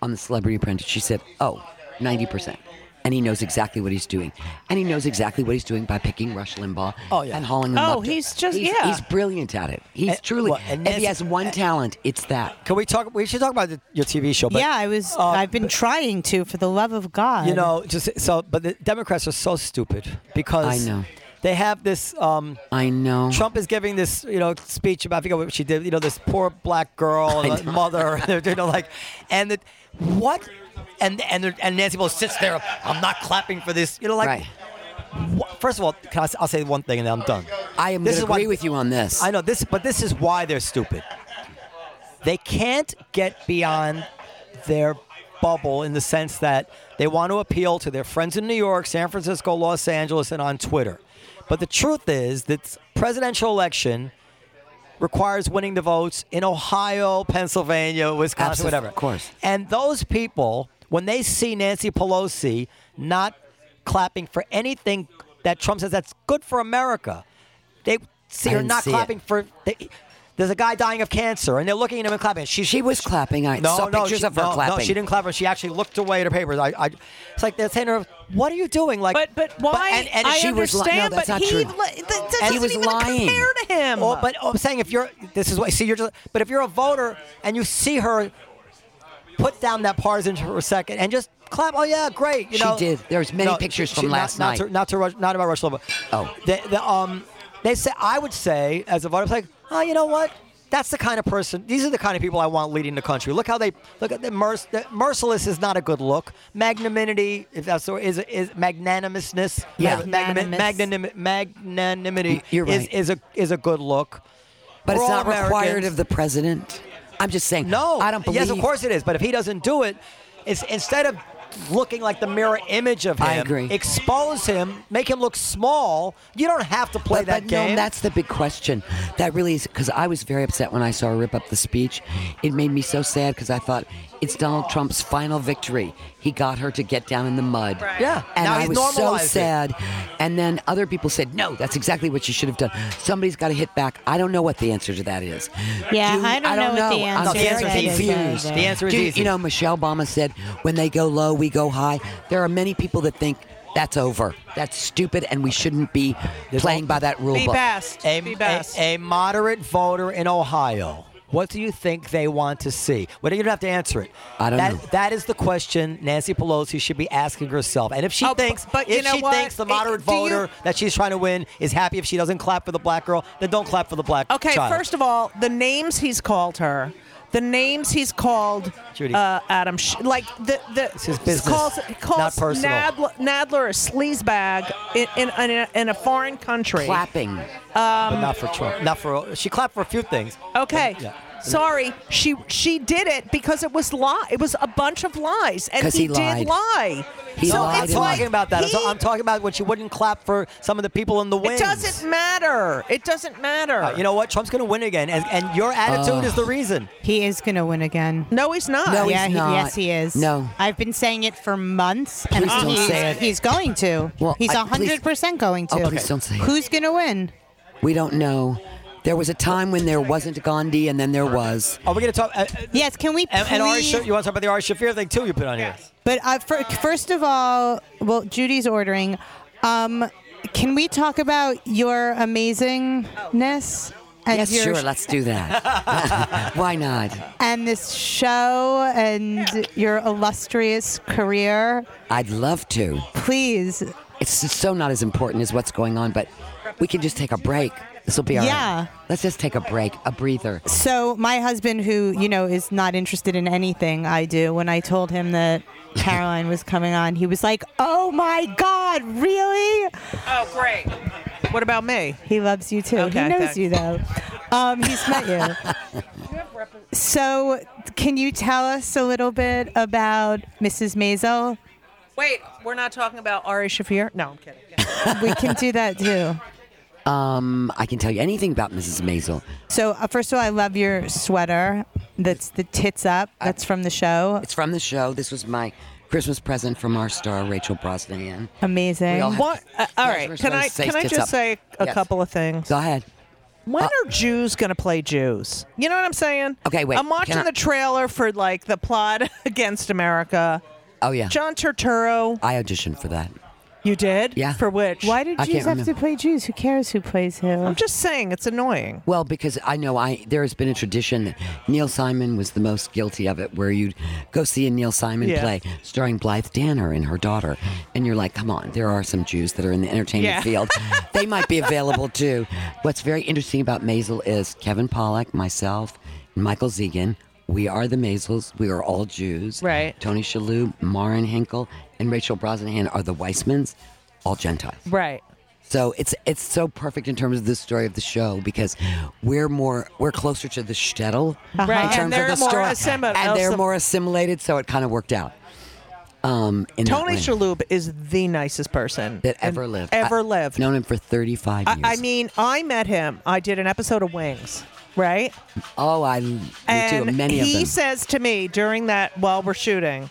D: on The Celebrity Apprentice? She said, Oh, 90%. And he knows exactly what he's doing. And he knows exactly what he's doing by picking Rush Limbaugh
A: Oh, yeah.
D: and hauling him
E: Oh,
D: up to-
E: he's just-
D: he's,
E: yeah.
D: He's brilliant at it. He's
A: And-
D: truly,
A: well, and
D: if he
A: that's-
D: has one talent, it's that.
A: Can we talk? We should talk about the, your TV show. But
C: yeah, I was.
D: um,
A: uh,
C: I've been trying to, for the love of God.
A: you know, just so. But the Democrats are so stupid because
D: I know.
A: they have this. Um,
D: I know.
A: Trump is giving this, you know, speech about I forget what she did. You know, this poor black girl and the mother. They're you know, like, and the, what? And and they're- and Nancy Pelosi sits there. I'm not clapping for this. You know, like.
D: right.
A: wha- First of all, can I, s- I'll say one thing and then I'm done.
D: I am
A: this
D: going to
A: is why-
D: agree with you on this.
A: I know this, but this is why they're stupid. They can't get beyond their bubble in the sense that they want to appeal to their friends in New York, San Francisco, Los Angeles, and on Twitter. But the truth is that presidential election requires winning the votes in Ohio, Pennsylvania, Wisconsin,
D: Absolute-
A: whatever.
D: of course.
A: And those people, when they see Nancy Pelosi not clapping for anything that Trump says that's good for America, they see
D: I
A: her
D: didn't
A: not
D: see it.
A: clapping for. They, there's a guy dying of cancer, and they're looking at him and clapping. She,
D: She was clapping. I
A: no,
D: saw
A: no,
D: pictures
A: she,
D: of her
A: no,
D: clapping.
A: no, she didn't clap. for him. She actually looked away at her papers. I, I, it's like they're saying to her, "What are you doing?" Like,
E: But but why?
A: and, and
E: I
D: she was li- no,
E: understand,
D: that's
E: but
D: not
E: he
D: true.
E: li- that doesn't
D: was
E: even
D: lying.
E: compare to him.
A: Oh, but oh, I'm saying if you're this is what see you're just but if you're a voter and you see her put down that partisan for a second and just clap. Oh yeah, great. You
D: She
A: know,
D: did. There's many pictures from
A: not-
D: last
A: not
D: night.
A: To, not to rush, not about Rush Limbaugh.
D: Oh.
A: the, the, um, they say I would say as a voter, it's like oh, you know what. That's the kind of person. These are the kind of people I want leading the country. Look how they look at the, merc, the merciless is not a good look. Magnanimity, if that's the word, is is magnanimousness.
D: Yeah.
A: Magnanim- magnanim- magnanimity
D: You're
A: is
D: right.
A: is a is a good look.
D: But it's
A: We're all
D: not required
A: Americans.
D: of the president. I'm just saying.
A: No,
D: I don't believe.
A: Yes, of course it is. But if he doesn't do it, it's instead of looking like the mirror image of him,
D: I agree.
A: expose him, make him look small. You don't have to play
D: But,
A: that
D: but
A: game.
D: no, that's the big question. That really is because I was very upset when I saw her rip up the speech. It made me so sad because I thought it's Donald Trump's final victory. He got her to get down in the mud.
A: yeah.
D: And
A: now
D: I
A: he's
D: was so
A: normalized it.
D: sad. And then other people said, no, that's exactly what you should have done. Somebody's got to hit back. I don't know what the answer to that is.
C: Yeah,
D: Do-
C: I don't know what the
D: I'm
C: answer
A: No, the
D: very
C: is
A: answer is
C: that
A: easy.
D: confused.
A: The answer is
D: Do you-
A: easy.
D: You know, Michelle Obama said, when they go low, we go high. There are many people that think that's over. That's stupid, and we shouldn't be playing by that rule
E: be
D: book.
E: best.
A: a,
E: be
A: a-
E: best.
A: a moderate voter in Ohio. What do you think they want to see? Well, you don't have to answer it.
D: I don't
A: that,
D: know.
A: That is the question Nancy Pelosi should be asking herself. And if she
E: Oh, bu-
A: thinks,
E: but you
A: if
E: know
A: she
E: what?
A: thinks the
E: It-
A: moderate
E: do you-
A: voter that she's trying to win is happy if she doesn't clap for the black girl, then don't clap for the black
E: Okay,
A: child.
E: first of all, the names he's called her, the names he's called
A: Judy.
E: Uh, Adam, Sh- like the the
A: It's his business,
E: calls calls
A: not personal.
E: Nadler, Nadler a sleazebag in in, in, a, in a foreign country.
D: Clapping.
E: um,
A: But not for Trump. Not for. She clapped for a few things.
E: Okay.
A: Yeah.
E: Sorry, she she did it because it was lie. It was a bunch of lies, and
D: 'Cause
E: he,
D: he lied.
E: did lie.
D: He
E: so
D: lied
A: I'm
D: and
E: it's
D: lied.
A: talking
E: like
A: about that. I'm
E: he-
A: ta- I'm talking about when she wouldn't clap for some of the people in the wings.
E: it doesn't matter. It doesn't matter.
A: Uh, You know what? Trump's going to win again, and, and your attitude is the reason.
C: He is going to win again.
E: no, he's not.
D: No,
C: yeah,
D: he's
C: he-
D: not.
C: yes, he is.
D: No.
C: I've been saying it for months, and
D: Please don't
C: he's,
D: say it.
C: he's going to.
D: Well,
C: he's
D: I-
C: hundred percent going to.
D: Oh, please don't say it.
C: Who's going to win?
D: We don't know. There was a time when there wasn't Gandhi, and then there was.
A: Are we going to talk? Uh, uh,
F: Yes, can we
A: and, and Ari,
F: please-
A: Sha- you want to talk about the Ari Shafir thing too? You put on here.
F: But uh, fir- first of all, well, Judy's ordering. Um, can we talk about your amazingness? And
D: Yes,
F: your-
D: sure, let's do that. Why not?
F: and this show and your illustrious career.
D: I'd love to.
F: Please.
D: It's just so not as important as what's going on, but we can just take a break. This will be all right.
F: Yeah.
D: Let's just take a break, a breather.
F: So, my husband, who, you know, is not interested in anything I do, when I told him that Caroline was coming on, he was like, oh my God, really?
E: Oh, great. What about me?
F: He loves you too.
E: Okay,
F: he knows
E: thanks.
F: you though. Um, he's met you. so, can you tell us a little bit about Mrs. Maisel?
E: Wait, we're not talking about Ari Shafir? No, I'm kidding.
F: We can do that too.
D: Um, I can tell you anything about Mrs. Maisel.
F: So, uh, first of all, I love your sweater. That's the tits up. That's from the show.
D: It's from the show. This was my Christmas present from our star, Rachel Brosnan.
F: Amazing.
D: We all have-
E: What? Uh, all
D: Yeah,
E: right.
D: we're
E: Can I
D: supposed to
E: can
D: say
E: I
D: tits
E: just
D: up.
E: say a
D: Yes.
E: couple of things?
D: Go ahead.
E: When are Jews going to play Jews? You know what I'm saying?
D: Okay, wait,
E: I'm watching
D: can I-
E: the trailer for like the plot against America.
D: Oh, yeah.
E: John Turturro.
D: I auditioned for that.
E: You did?
D: Yeah.
E: For which?
F: Why do
D: I
F: Jews have
D: can't remember.
F: to play Jews? Who cares who plays who?
E: I'm just saying it's annoying.
D: Well, because I know I there has been a tradition that Neil Simon was the most guilty of it, where you'd go see a Neil Simon
E: Yeah.
D: play starring Blythe Danner and her daughter, and you're like, come on, there are some Jews that are in the entertainment
E: Yeah.
D: field. they might be available too. What's very interesting about Maisel is Kevin Pollack, myself, and Michael Zegan. We are the Maisels. We are all Jews.
E: Right.
D: Tony Shalhoub, Maren Hinkle, and Rachel Brosnahan are the Weissmans, all Gentiles.
E: Right.
D: So it's it's so perfect in terms of the story of the show because we're more we're closer to the shtetl
F: Right,
D: in
F: and
D: terms
E: they're
D: of the
E: more
D: story,
E: assimi-
D: and they're
E: assim-
D: more assimilated. So it kind of worked out. Um, in that
E: Tony
D: way.
E: Shalhoub is the nicest person
D: that
E: and
D: ever lived,
E: Ever
D: I-
E: lived.
D: known him for thirty five
E: I,
D: years.
E: I mean, I met him. I did an episode of Wings, right?
D: oh, I me too.
E: and
D: Many of
E: he
D: them.
E: says to me during that while we're shooting,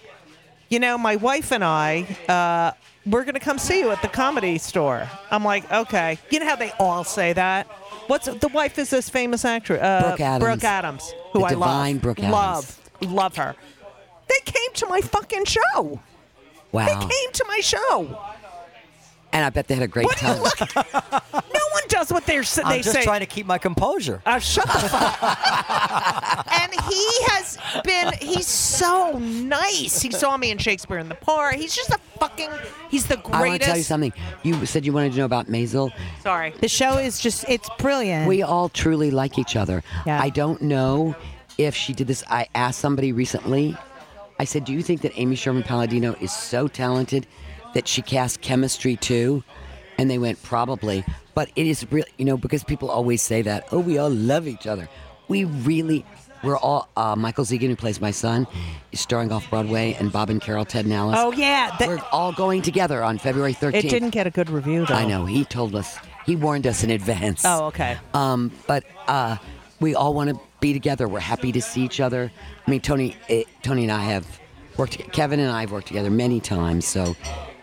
E: you know, my wife and I, uh, we're gonna come see you at the comedy store. I'm like, okay. You know how they all say that. What's the wife is this famous actress? Uh,
D: Brooke Adams.
E: Brooke Adams, who
D: The
E: I
D: divine
E: love,
D: Brooke Adams.
E: love, love her. They came to my fucking show. They
D: wow,
E: came to my show.
D: and I bet they had a great
E: What?
D: time.
E: No one does what they're s-
A: I'm
E: they
A: just
E: say.
A: trying to keep my composure.
E: uh, shut the fuck
F: And he has
E: been he's so nice. He saw me in Shakespeare in the Park. He's just a fucking he's the greatest.
D: I want to tell you something. You said you wanted to know about Maisel.
E: Sorry.
F: The show is just, it's brilliant.
D: We all truly like each other.
F: Yeah.
D: I don't know if she did this. I asked somebody recently. I said, "Do you think that Amy Sherman Palladino is so talented that she cast chemistry too?" And they went, "Probably." But it is real, you know, because people always say that. Oh, we all love each other. We really, we're all. Uh, Michael Zegan, who plays my son, is starring off Broadway, and Bob and Carol, Ted and Alice.
E: Oh yeah, that-
D: we're all going together on February
E: it
D: thirteenth.
E: didn't get a good review though.
D: I know. He told us. He warned us in advance.
E: Oh, okay.
D: Um, but uh, we all want to be together. We're happy to see each other. I mean, Tony, eh, Tony and I have worked. Kevin and I have worked together many times, so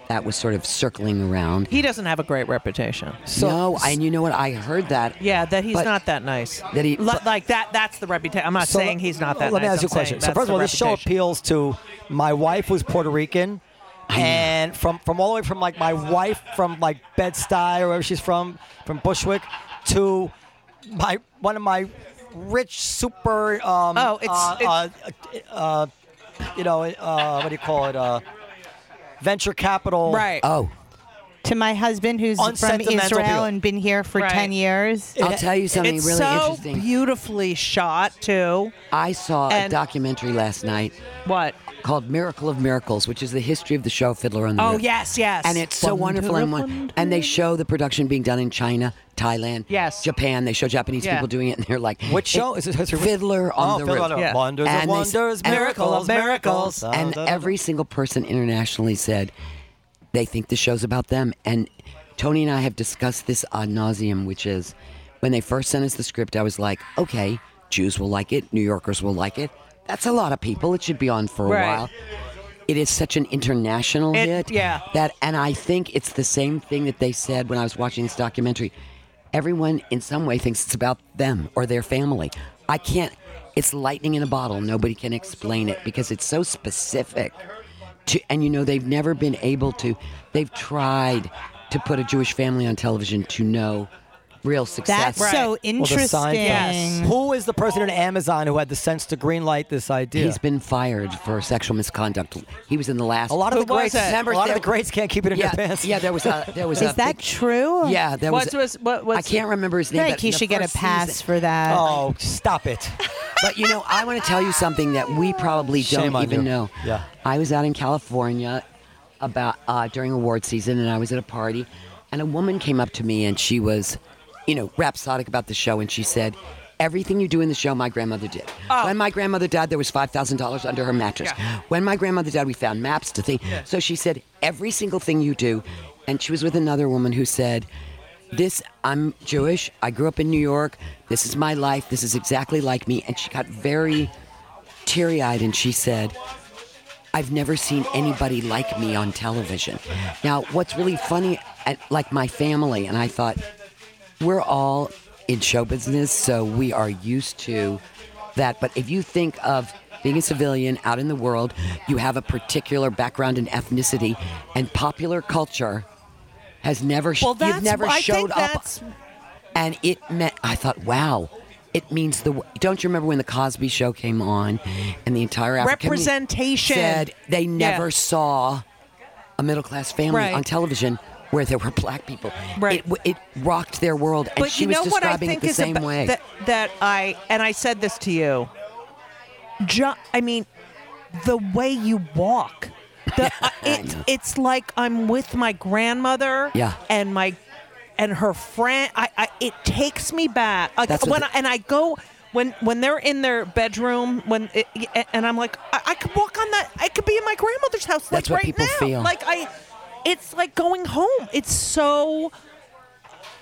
D: that was sort of circling around.
E: He doesn't have a great reputation.
D: no, and you know what? I heard that.
E: Yeah, that he's
D: But-
E: not that nice.
D: That he-
E: Li-
D: but-
E: like that. That's the reputation. I'm not
A: So
E: saying
A: let-
E: he's not that.
A: Let
E: nice.
A: me ask you a
E: I'm saying
A: question. So
E: that's
A: first of
E: the
A: all, this show
E: reputation.
A: appeals to my wife was Puerto Rican. And from, from all the way from like my wife from like Bed Stuy or wherever she's from, from Bushwick, to my one of my rich super um
E: Oh, it's-
A: uh, uh, uh, you know uh, what do you call it uh venture capital
E: Right.
D: Oh,
F: to my husband, who's from
A: Unsentimental
F: Israel
A: people.
F: and been here for
E: Right.
F: 10 years.
D: I'll tell you something
E: it's
D: really
E: so
D: interesting.
E: beautifully shot too.
D: I saw a
E: and-
D: documentary last night
E: What?
D: called "Miracle of Miracles," which is the history of the show Fiddler on the
E: Oh
D: Roof.
E: yes, yes.
D: and it's so wonderful and one, and they show the production being done in China, Thailand,
E: Yes.
D: Japan. They show Japanese
E: Yeah.
D: people doing it, and they're like,
A: Which show
D: it-
A: is it? Is it-
D: Fiddler
A: Oh,
D: on the
A: Fiddler
D: Roof.
A: on the
E: Yeah.
A: Wonders of
D: And they s-
A: wonders,
D: and-
A: miracles, miracles.
D: And every single person internationally said they think the show's about them. And Tony and I have discussed this ad nauseum, which is when they first sent us the script, I was like, okay, Jews will like it, New Yorkers will like it. That's a lot of people. It should be on for a
E: Right.
D: while. It is such an international
E: It-
D: hit
E: yeah.
D: that, and I think it's the same thing that they said when I was watching this documentary. everyone in some way thinks it's about them or their family. I can't. It's lightning in a bottle. Nobody can explain it because it's so specific. To, and you know they've never been able to. They've tried to put a Jewish family on television to no real success.
F: That's
A: Well,
F: so
A: the
F: interesting.
A: Seinfeld. Who is the person at Amazon who had the sense to greenlight this idea?
D: He's been fired for sexual misconduct. He was in the last.
A: a lot of
E: Who
A: the greats.
E: was
A: A
E: it?
D: Remember,
A: lot of
D: there-
A: the greats can't keep it in
D: yeah,
A: their pants.
D: yeah, there was a there was
F: Is
D: a
F: that
D: big-
F: true?
D: Yeah, there
E: What's was
D: was. a-
E: what
D: I
E: was
D: can't remember his
F: I
D: name.
F: feel
D: but
F: like he
D: in the
F: should get a
D: first
F: pass
D: season-
F: for that.
E: Uh,
A: Oh, stop it.
D: But you know, I want to tell you something that we probably
A: Shame
D: don't
A: on
D: even
A: you.
D: know.
A: Yeah.
D: I was out in California about uh, during award season, and I was at a party, and a woman came up to me, and she was, you know, rhapsodic about the show, and she said. Everything you do in the show, my grandmother did. When my grandmother died, there was five thousand dollars under her mattress.
E: Yeah.
D: When my grandmother died, we found maps to think. So she said, every single thing you do, and she was with another woman who said, this I'm Jewish. I grew up in New York. This is my life. This is exactly like me. And she got very teary eyed and she said, I've never seen anybody like me on television. Now, what's really funny, at, like my family, and I thought, we're all in show business, so we are used to that. But if you think of being a civilian out in the world, you have a particular background and ethnicity, and popular culture has never, sh-
E: well, that's
D: you've never
E: I
D: showed
E: think
D: up
E: that's
D: and it meant I thought, wow, it means the. w- Don't you remember when the Cosby Show came on, and the entire African community
E: Representation.
D: said they never
E: Yeah.
D: saw a middle class family
E: Right.
D: on television where there were black people.
E: Right.
D: It, w- it rocked their world, and
E: but
D: she
E: you
D: was
E: know what I
D: describing
E: think
D: it the
E: is
D: same
E: abo-
D: way.
E: That, that I and I said this to you. Ju- I mean, the way you walk, the, uh, it,
D: know.
E: it's like I'm with my grandmother.
D: Yeah.
E: and my and her friend. I, I it takes me back. Like,
D: That's what
E: when
D: the-
E: I, and I go. When, when they're in their bedroom, when it, and I'm like, I, I could walk on that. I could be in my grandmother's house
D: That's
E: like
D: what
E: right
D: people
E: now.
D: feel.
E: Like I, it's like going home. It's so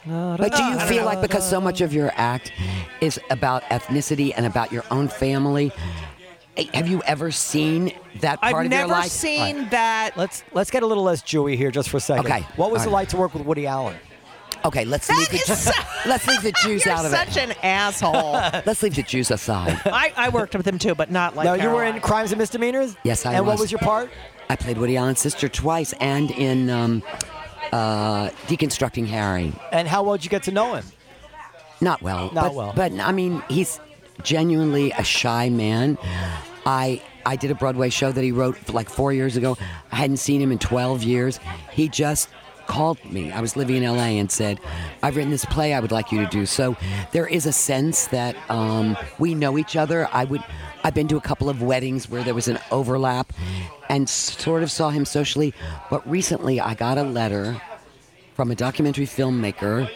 D: But do you feel like because so much of your act is about ethnicity and about your own family? eh, Have you ever seen that part
E: I've
D: of your
E: never
D: life?
E: seen that.
A: Let's let's get a little less Jewy here just for a second.
D: Okay.
A: What was it
D: All right.
A: like to work with Woody Allen?
D: Okay, let's
E: That
D: leave the
E: is so-
D: let's leave the Jews
E: You're
D: out of
E: such
D: it.
E: an asshole.
D: Let's leave the Jews aside.
E: I, I worked with him too, but not like
A: no, you were
E: Caroline.
A: in Crimes and Misdemeanors?
D: Yes, I
A: And what
D: was.
A: was your part?
D: I played Woody Allen's sister twice and in um, uh, Deconstructing Harry.
A: And how well did you get to know him?
D: Not well.
A: Not
D: but,
A: well.
D: But I mean, he's genuinely a shy man. I I did a Broadway show that he wrote like four years ago. I hadn't seen him in 12 years. He just called me. I was living in LA and said, I've written this play I would like you to do. So there is a sense that um, we know each other. I would I've been to a couple of weddings where there was an overlap and sort of saw him socially. But recently I got a letter from a documentary filmmaker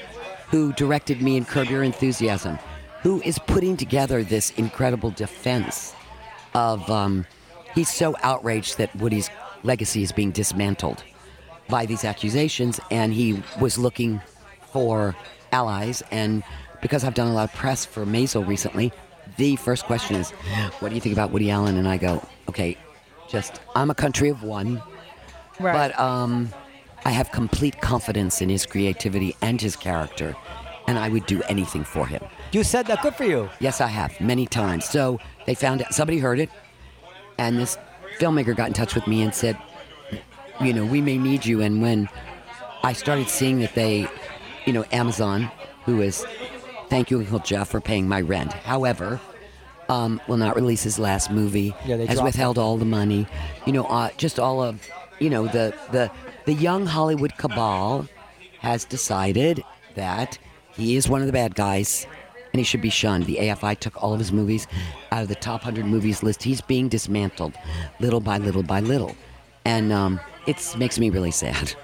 D: who directed me in Curb Your Enthusiasm, who is putting together this incredible defense of um, he's so outraged that Woody's legacy is being dismantled by these accusations, and he was looking for allies. And because I've done a lot of press for Maisel recently, the first question is, "What do you think about Woody Allen?" And I go, "Okay, just I'm a country of one." But um, I have complete confidence in his creativity and his character, and I would do anything for him.
A: You said that. Good for you.
D: Yes, I have many times. So they found out somebody heard it, and this filmmaker got in touch with me and said, "You know, we may need you." And when I started seeing that they, you know, Amazon, who is, thank you, Uncle Jeff, for paying my rent. However, um, will not release his last movie.
A: Yeah, they
D: has
A: dropped
D: withheld all the money. You know, uh, just all of, you know, the the the young Hollywood cabal has decided that he is one of the bad guys and he should be shunned. The AFI took all of his movies out of the top 100 movies list. He's being dismantled little by little by little. And um, it makes me really sad.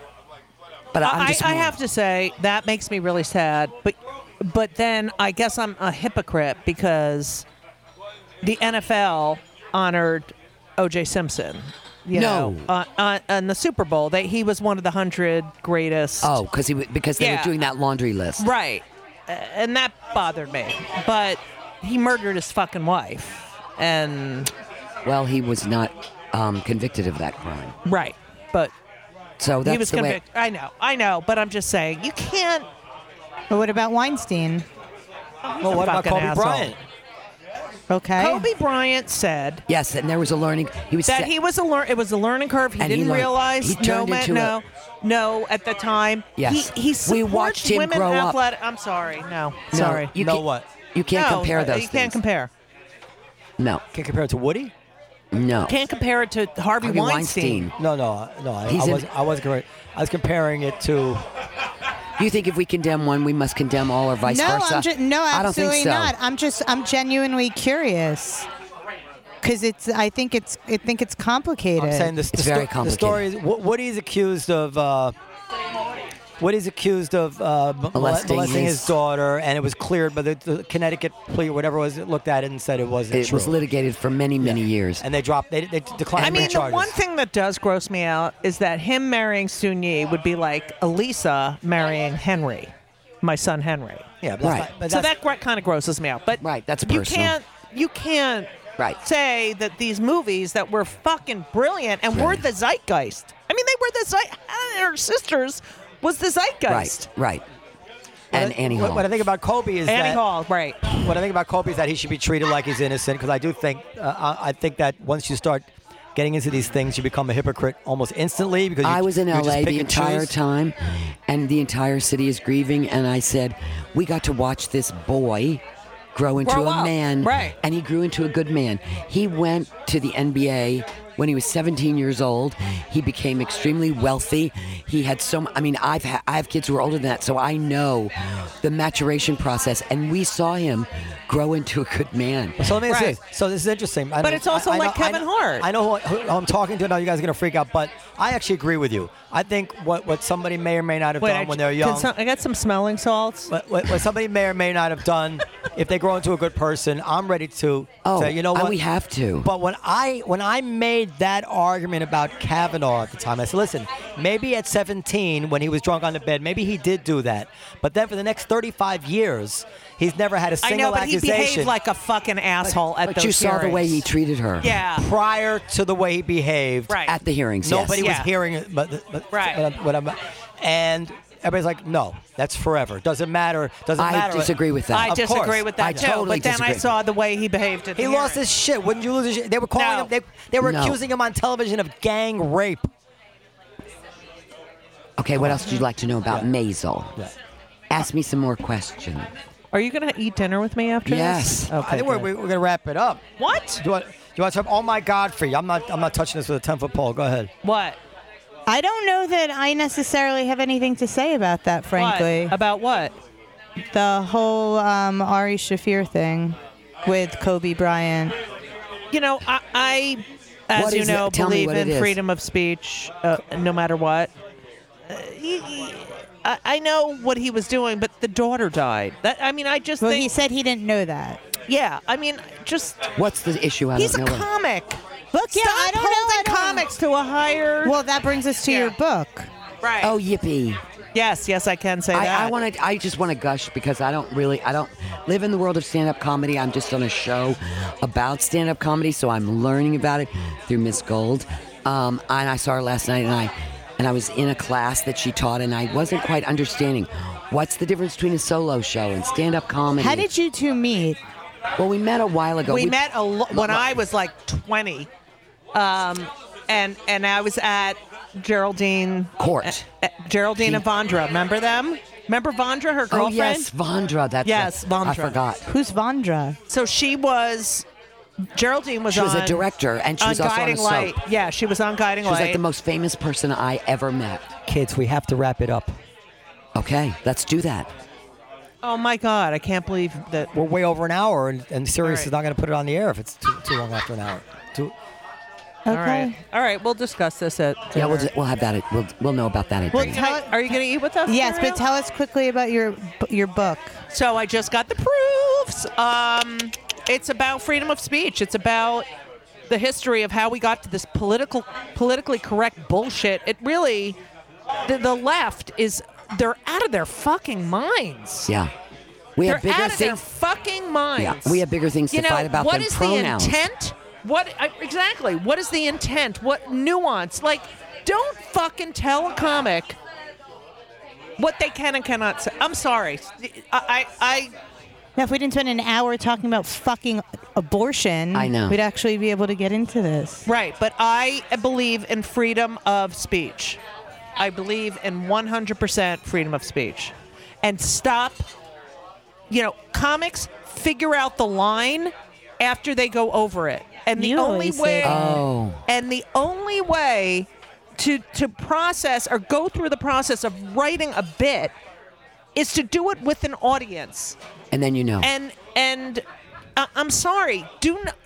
D: But I'm
E: I,
D: just
E: I
D: more-
E: have to say that makes me really sad. But but then I guess I'm a hypocrite because the NFL honored O.J. Simpson. You
D: No.
E: know, on, on, on the Super Bowl, that he was one of the hundred greatest.
D: Oh, cause he, w- because they
E: Yeah.
D: were doing that laundry list.
E: Right. Uh, And that bothered me. But he murdered his fucking wife. And
D: Well, he was not um, convicted of that crime.
E: right. But
D: So that's
E: he was
D: the way.
E: convicted. I know, I know, but I'm just saying you can't.
F: But what about Weinstein?
A: Well, what about
E: fucking
A: Kobe
E: asshole.
A: Bryant?
F: Okay.
E: Kobe Bryant said
D: Yes, and there was a learning. He was
E: that
D: set-
E: he was a learn. It was a learning curve. He
D: And he
E: didn't
D: learned-
E: realize.
D: he turned
E: no,
D: into
E: no, no. At the time,
D: Yes.
E: He, he
D: We
E: supports
D: watched him
E: women
D: grow up.
E: athletic. I'm sorry. No,
D: No,
E: sorry.
D: You
A: No
D: can't-
A: what?
D: You
E: No,
D: can't
E: uh,
D: compare those.
E: You can't
D: things.
E: compare.
D: No,
A: Can compare it to Woody?
D: no.
E: Can't compare it to Harvey,
D: Harvey
E: Weinstein.
D: Weinstein.
A: No, no, I- no. I,
D: He's
A: I
D: in-
A: was I wasn't correct. I was comparing it to.
D: You think if we condemn one, we must condemn all, or vice
F: no,
D: versa?
F: I'm ju- no,
D: I don't think
F: absolutely
D: so.
F: not. I'm just I'm genuinely curious because it's I think it's I think it's complicated.
A: I'm saying this.
D: It's
A: the sto-
D: very
A: The story is Wo- Woody's accused of. Uh, Woody's accused of uh, m- mole-
D: Molesting
A: molesting,
D: his-
A: his daughter, and it was cleared, but the, the Connecticut plea or whatever it was it looked at it and said it wasn't
D: It
A: true.
D: was litigated for many, many years.
A: and they dropped. They, they declined
E: I mean,
A: the
E: the
A: charges.
E: one thing that does gross me out is that him marrying Sun Yi would be like Elisa marrying Henry, my son Henry.
A: yeah, but that's
D: Right.
A: not- but
E: so
A: that's-
E: that kind of grosses me out. But
D: Right, that's
E: you
D: personal.
E: can't you can't
D: Right.
E: say that these movies that were fucking brilliant and were
D: Right.
E: the zeitgeist. I mean, they were the zeitgeist. Her sisters was the zeitgeist.
D: right, right. And Annie
A: what,
D: Hall.
A: what I think about Kobe is
E: Annie
A: that
E: Hall, right?
A: what I think about Kobe is that he should be treated like he's innocent because I do think uh, I I think that once you start getting into these things, you become a hypocrite almost instantly because you,
D: I was in
A: you just
D: LA
A: pick
D: the
A: and
D: entire
A: choose.
D: time, and the entire city is grieving. And I said, We got to watch this boy grow into
E: Grow
D: a
E: up,
D: man.
E: right.
D: And he grew into a good man. He went to the NBA when he was 17 years old. He became extremely wealthy. He had so, m- I mean, I've ha- I have kids who are older than that, so I know the maturation process. And we saw him grow into a good man.
A: So let me ask you
E: Right.
A: this. So this is interesting. I
E: But it's also like Kevin
A: I
E: Hart.
A: I know who, who I'm talking to now. You guys are gonna freak out, but I actually agree with you. I think what, what somebody may or may not have
E: Wait,
A: done
E: I,
A: when they're
E: can
A: young.
E: some- I got some smelling salts.
A: what, what, what somebody may or may not have done, if they grow into a good person, I'm ready to
D: Oh,
A: say, you know
D: and
A: what?
D: we have to.
A: But when I when I made that argument about Kavanaugh at the time, I said, listen, maybe at 17 when he was drunk on the bed, maybe he did do that. But then for the next 35 years, he's never had a
E: I
A: single
E: know, but he
A: accusation
E: behaved like a fucking asshole at
D: but
E: those
D: you saw the way he
E: hearings.
D: treated her
E: Yeah.
A: prior to the way he behaved.
E: Right.
D: at the hearings. yes.
A: Nobody
E: Yeah.
A: was hearing it, but, but
E: Right.
A: What I'm, what I'm- and everybody's like, no, that's forever. Doesn't matter. Doesn't
D: I
A: matter.
D: disagree with that.
E: I
A: Of course.
E: disagree with that
D: I
E: too.
D: totally
E: but then I
D: disagree.
E: saw the way he behaved at the
A: He lost
E: hearing.
A: his shit. Wouldn't you lose his shit? They were calling
E: No.
A: him. They, they were
D: No.
A: accusing him on television of gang rape.
D: Okay, what else do you like to know about Maisel? Ask me some more questions.
E: Are you gonna eat dinner with me after
D: Yes.
E: this? Okay.
A: I think we're,
E: good.
A: we're gonna wrap it up.
E: what?
A: Do you want, do you want to? Oh my God, for you! I'm not. I'm not touching this with a ten foot pole. Go ahead.
E: What?
F: I don't know that I necessarily have anything to say about that, frankly.
E: What? About what?
F: The whole um, Ari Shafir thing with Kobe Bryant.
E: You know, I, I as
D: What
E: you
D: is
E: know,
D: it? Tell me
E: believe
D: what
E: in
D: it is.
E: freedom of speech, uh, no matter what. Uh, y- y- I, I know what he was doing, but the daughter died. That I mean, I just
F: Well,
E: think,
F: he said he didn't know that.
E: yeah. I mean, just
D: What's the issue? I
E: he's a
D: don't know. what-
E: comic.
F: Look, yeah,
E: Stop
F: I don't know, I
E: holding
F: don't know.
E: comics to a higher.
F: Well, that brings us to
E: Yeah.
F: your book.
E: right.
D: Oh yippee!
E: yes, yes, I can say that.
D: I, I want to. I just want to gush because I don't really. I don't live in the world of stand-up comedy. I'm just on a show about stand-up comedy, so I'm learning about it through Miss Gold. Um, and I saw her last night, and I and I was in a class that she taught, and I wasn't quite understanding what's the difference between a solo show and stand-up comedy.
F: How did you two meet?
D: Well, we met a while ago.
E: we, met a lo- when I was like 20, um, and and I was at Geraldine
D: court.
E: uh, Geraldine and Vondra. Remember them? Remember Vondra, her girlfriend?
D: Oh yes, Vondra. That's
E: Yes,
D: right. I
E: Vondra.
D: forgot.
F: Who's Vondra?
E: So she was Geraldine was
D: She was a
E: on-
D: director, and she
E: on
D: was also on a
E: Guiding
D: soap.
E: Light. Yeah, she was on Guiding
D: She was
E: Light.
D: like the most famous person I ever met.
A: Kids, we have to wrap it up.
D: Okay, let's do that.
E: oh my God, I can't believe that.
A: We're way over an hour, and, and Sirius
E: All right.
A: is not gonna put it on the air if it's too, too long after an hour. Too,
F: Okay.
E: All right, all right, we'll discuss this at.
D: Yeah, we'll,
E: dinner.
D: we'll have that. At, we'll we'll know about that at
F: Well,
D: dinner.
F: tell-
E: Hey, Are you going to eat with us?
F: Yes,
E: Mario?
F: but tell us quickly about your your book.
E: So I just got the proofs. Um, it's about freedom of speech. It's about the history of how we got to this political, politically correct bullshit. It really, the, the left is they're out of their fucking minds.
D: yeah, we
E: They're
D: have bigger
E: out of their
D: things.
E: fucking minds.
D: Yeah, we have bigger things
E: you
D: to
E: know,
D: fight about
E: What
D: than
E: is
D: pronouns.
E: the intent? What I, exactly? What is the intent? What nuance? Like, don't fucking tell a comic what they can and cannot say. I'm sorry. I, I,
F: Now, if we didn't spend an hour talking about fucking abortion,
D: I know.
F: we'd actually be able to get into this.
E: I right, but I believe in freedom of speech. I believe in 100% freedom of speech. And stop, you know, comics figure out the line after they go over it. And the
F: You
E: only
F: always say
E: way
F: that.
D: Oh,
E: And the only way to to process or go through the process of writing a bit is to do it with an audience.
D: and then you know.
E: And and uh, I'm sorry, do not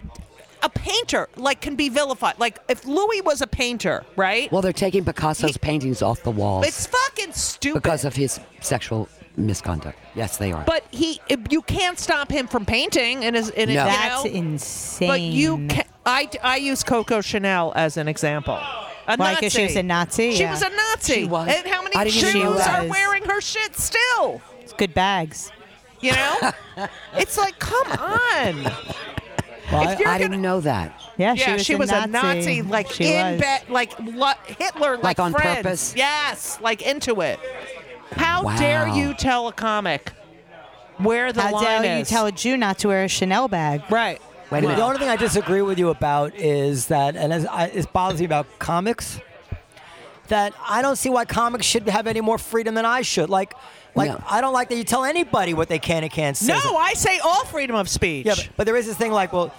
E: a painter like can be vilified. Like if Louis was a painter, right?
D: well, they're taking Picasso's paintings off the walls
E: it's fucking stupid.
D: because of his sexual misconduct. Yes, they are.
E: but he you can't stop him from painting in his in his
D: No.
E: you
F: That's
E: know?
F: insane.
E: But you can I I use Coco Chanel as an example. A
F: Why, 'cause
E: Nazi.
F: she was a Nazi?
E: She
F: Yeah.
E: was a Nazi.
D: She was.
E: And how many
D: I didn't
E: Jews
D: even know that.
E: are wearing her shit still?
F: It's good bags.
E: You know? it's like, come on.
A: Well,
E: if you're
D: I
E: gonna-
D: didn't know that.
F: Yeah,
E: yeah,
F: she was, a, Nazi.
E: like
F: She
E: in
F: was.
E: bed, like lo- Hitler, like,
D: Like on
E: friends.
D: purpose?
E: Yes, like into it. How dare
D: Wow.
E: you tell a comic where the
F: How
E: line
F: dare you
E: is?
F: tell a Jew not to wear a Chanel bag?
E: right?
D: Wait a
A: The
D: minute.
A: only thing I disagree with you about is that, and as I, it bothers me about comics, that I don't see why comics should have any more freedom than I should. Like, like
D: No.
A: I don't like that you tell anybody what they can and can't say.
E: No, I say all freedom of speech.
A: yeah, but, but there is this thing like, well,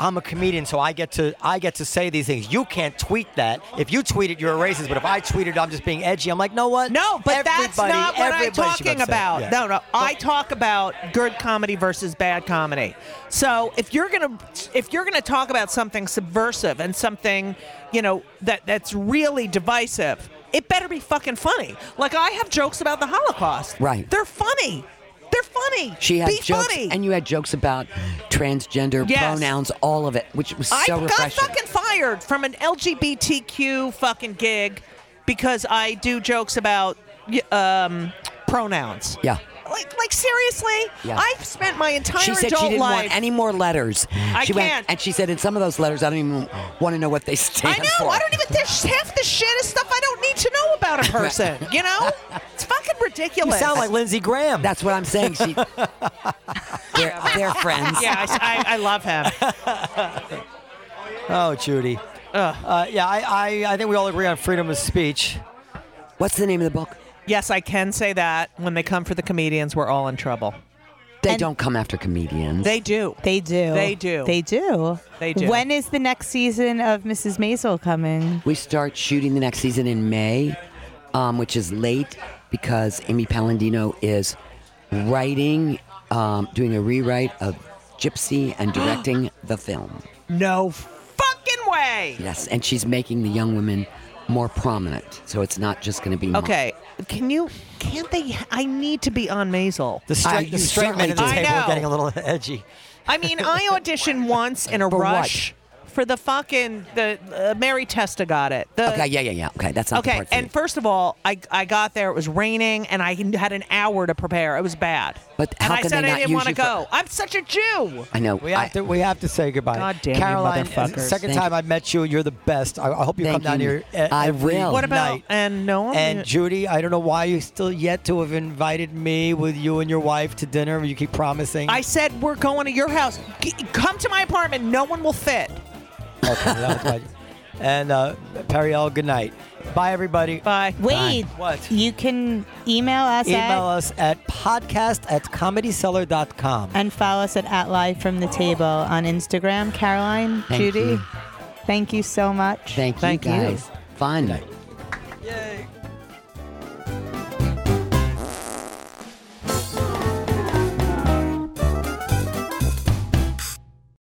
A: I'm a comedian, so I get to I get to say these things. You can't tweet that. If you tweet it, you're a racist. But if I tweet it, I'm just being edgy. I'm like, no what?
E: No, but that's
A: Everybody-
E: not what I'm
A: everybody should be
E: talking
A: upset.
E: about.
A: Yeah.
E: No, no. I talk about good comedy versus bad comedy. So if you're gonna if you're gonna talk about something subversive and something, you know, that that's really divisive, it better be fucking funny. Like I have jokes about the Holocaust.
D: Right.
E: They're funny. They're funny.
D: She had
E: be
D: jokes,
E: funny.
D: and you had jokes about transgender
E: Yes.
D: pronouns, all of it, which was so
E: I got
D: refreshing.
E: fucking fired from an LGBTQ fucking gig because I do jokes about y- um, pronouns.
D: yeah.
E: Like, like seriously?
D: Yeah.
E: I've spent my entire
D: She said
E: adult
D: she didn't
E: life.
D: want any more letters.
E: I
D: she
E: can't.
D: Went, and she said in some of those letters, I don't even want to know what they
E: I
D: stand
E: know.
D: for.
E: I don't e-, even. There's half the shit is stuff I don't need to know about a person. You know, it's fucking
A: You
E: ridiculous.
A: sound like Lindsey Graham.
D: That's what I'm saying. She, they're, they're friends.
E: yeah, I, I, I love him.
A: Oh, Judy. Uh, yeah, I, I, I think we all agree on freedom of speech.
D: What's the name of the book?
E: Yes, I can say that. When they come for the comedians, we're all in trouble.
D: They don't come after comedians.
E: They do.
F: They do.
E: They do.
F: They do.
E: They do.
F: When is the next season of Mrs. Maisel coming?
D: we start shooting the next season in May, um, which is late because Amy Palladino is writing, um, doing a rewrite of Gypsy and directing the film.
E: No fucking way.
D: Yes, and she's making the young women more prominent, so it's not just going to be mom.
E: Okay, can you? Can't they? I need to be on Maisel.
A: The
D: Ah,
A: straight,
D: you
A: the straight men at the
D: certainly
A: table
E: do. I
A: are
E: know.
A: getting a little edgy.
E: I mean, I auditioned once in a
D: For what?
E: rush for the fucking the uh, Mary Testa got it. The,
D: Okay, yeah, yeah, yeah. Okay, that's not the
E: Okay,
D: part for
E: and
D: you.
E: first of all, I, I got there. It was raining, and I had an hour to prepare. It was bad.
D: But
E: and
D: how
E: I
D: can
E: said
D: they
E: I
D: not
E: didn't
D: use
E: wanna
D: you for-
E: go. I'm such a Jew.
D: I know.
A: We have
D: I-
A: to we have to say goodbye.
E: God damn you
A: Caroline,
E: motherfuckers.
A: second
D: Thank
A: time
D: you.
A: I met you, you're the best. I, I hope you
D: Thank
A: come down
D: you.
A: here. e-
D: I
A: every
D: will.
E: What about
A: night.
E: and Noam?
A: And Judy, I don't know why you still yet to have invited me with you and your wife to dinner. You keep promising.
E: I said we're going to your house. G- come to my apartment. No one will fit.
A: Okay, that was my- and uh, Periel, good night. Bye, everybody.
E: Bye.
F: Wait.
A: What?
F: You can email us
A: Email
F: at
A: us at podcast at comedyseller.com.
F: and follow us at, at Live from the Table on Instagram. Caroline,
D: Thank
F: Judy,
D: you.
F: thank you so much.
D: Thank you
E: Thank you.
D: guys. Fun.
A: night.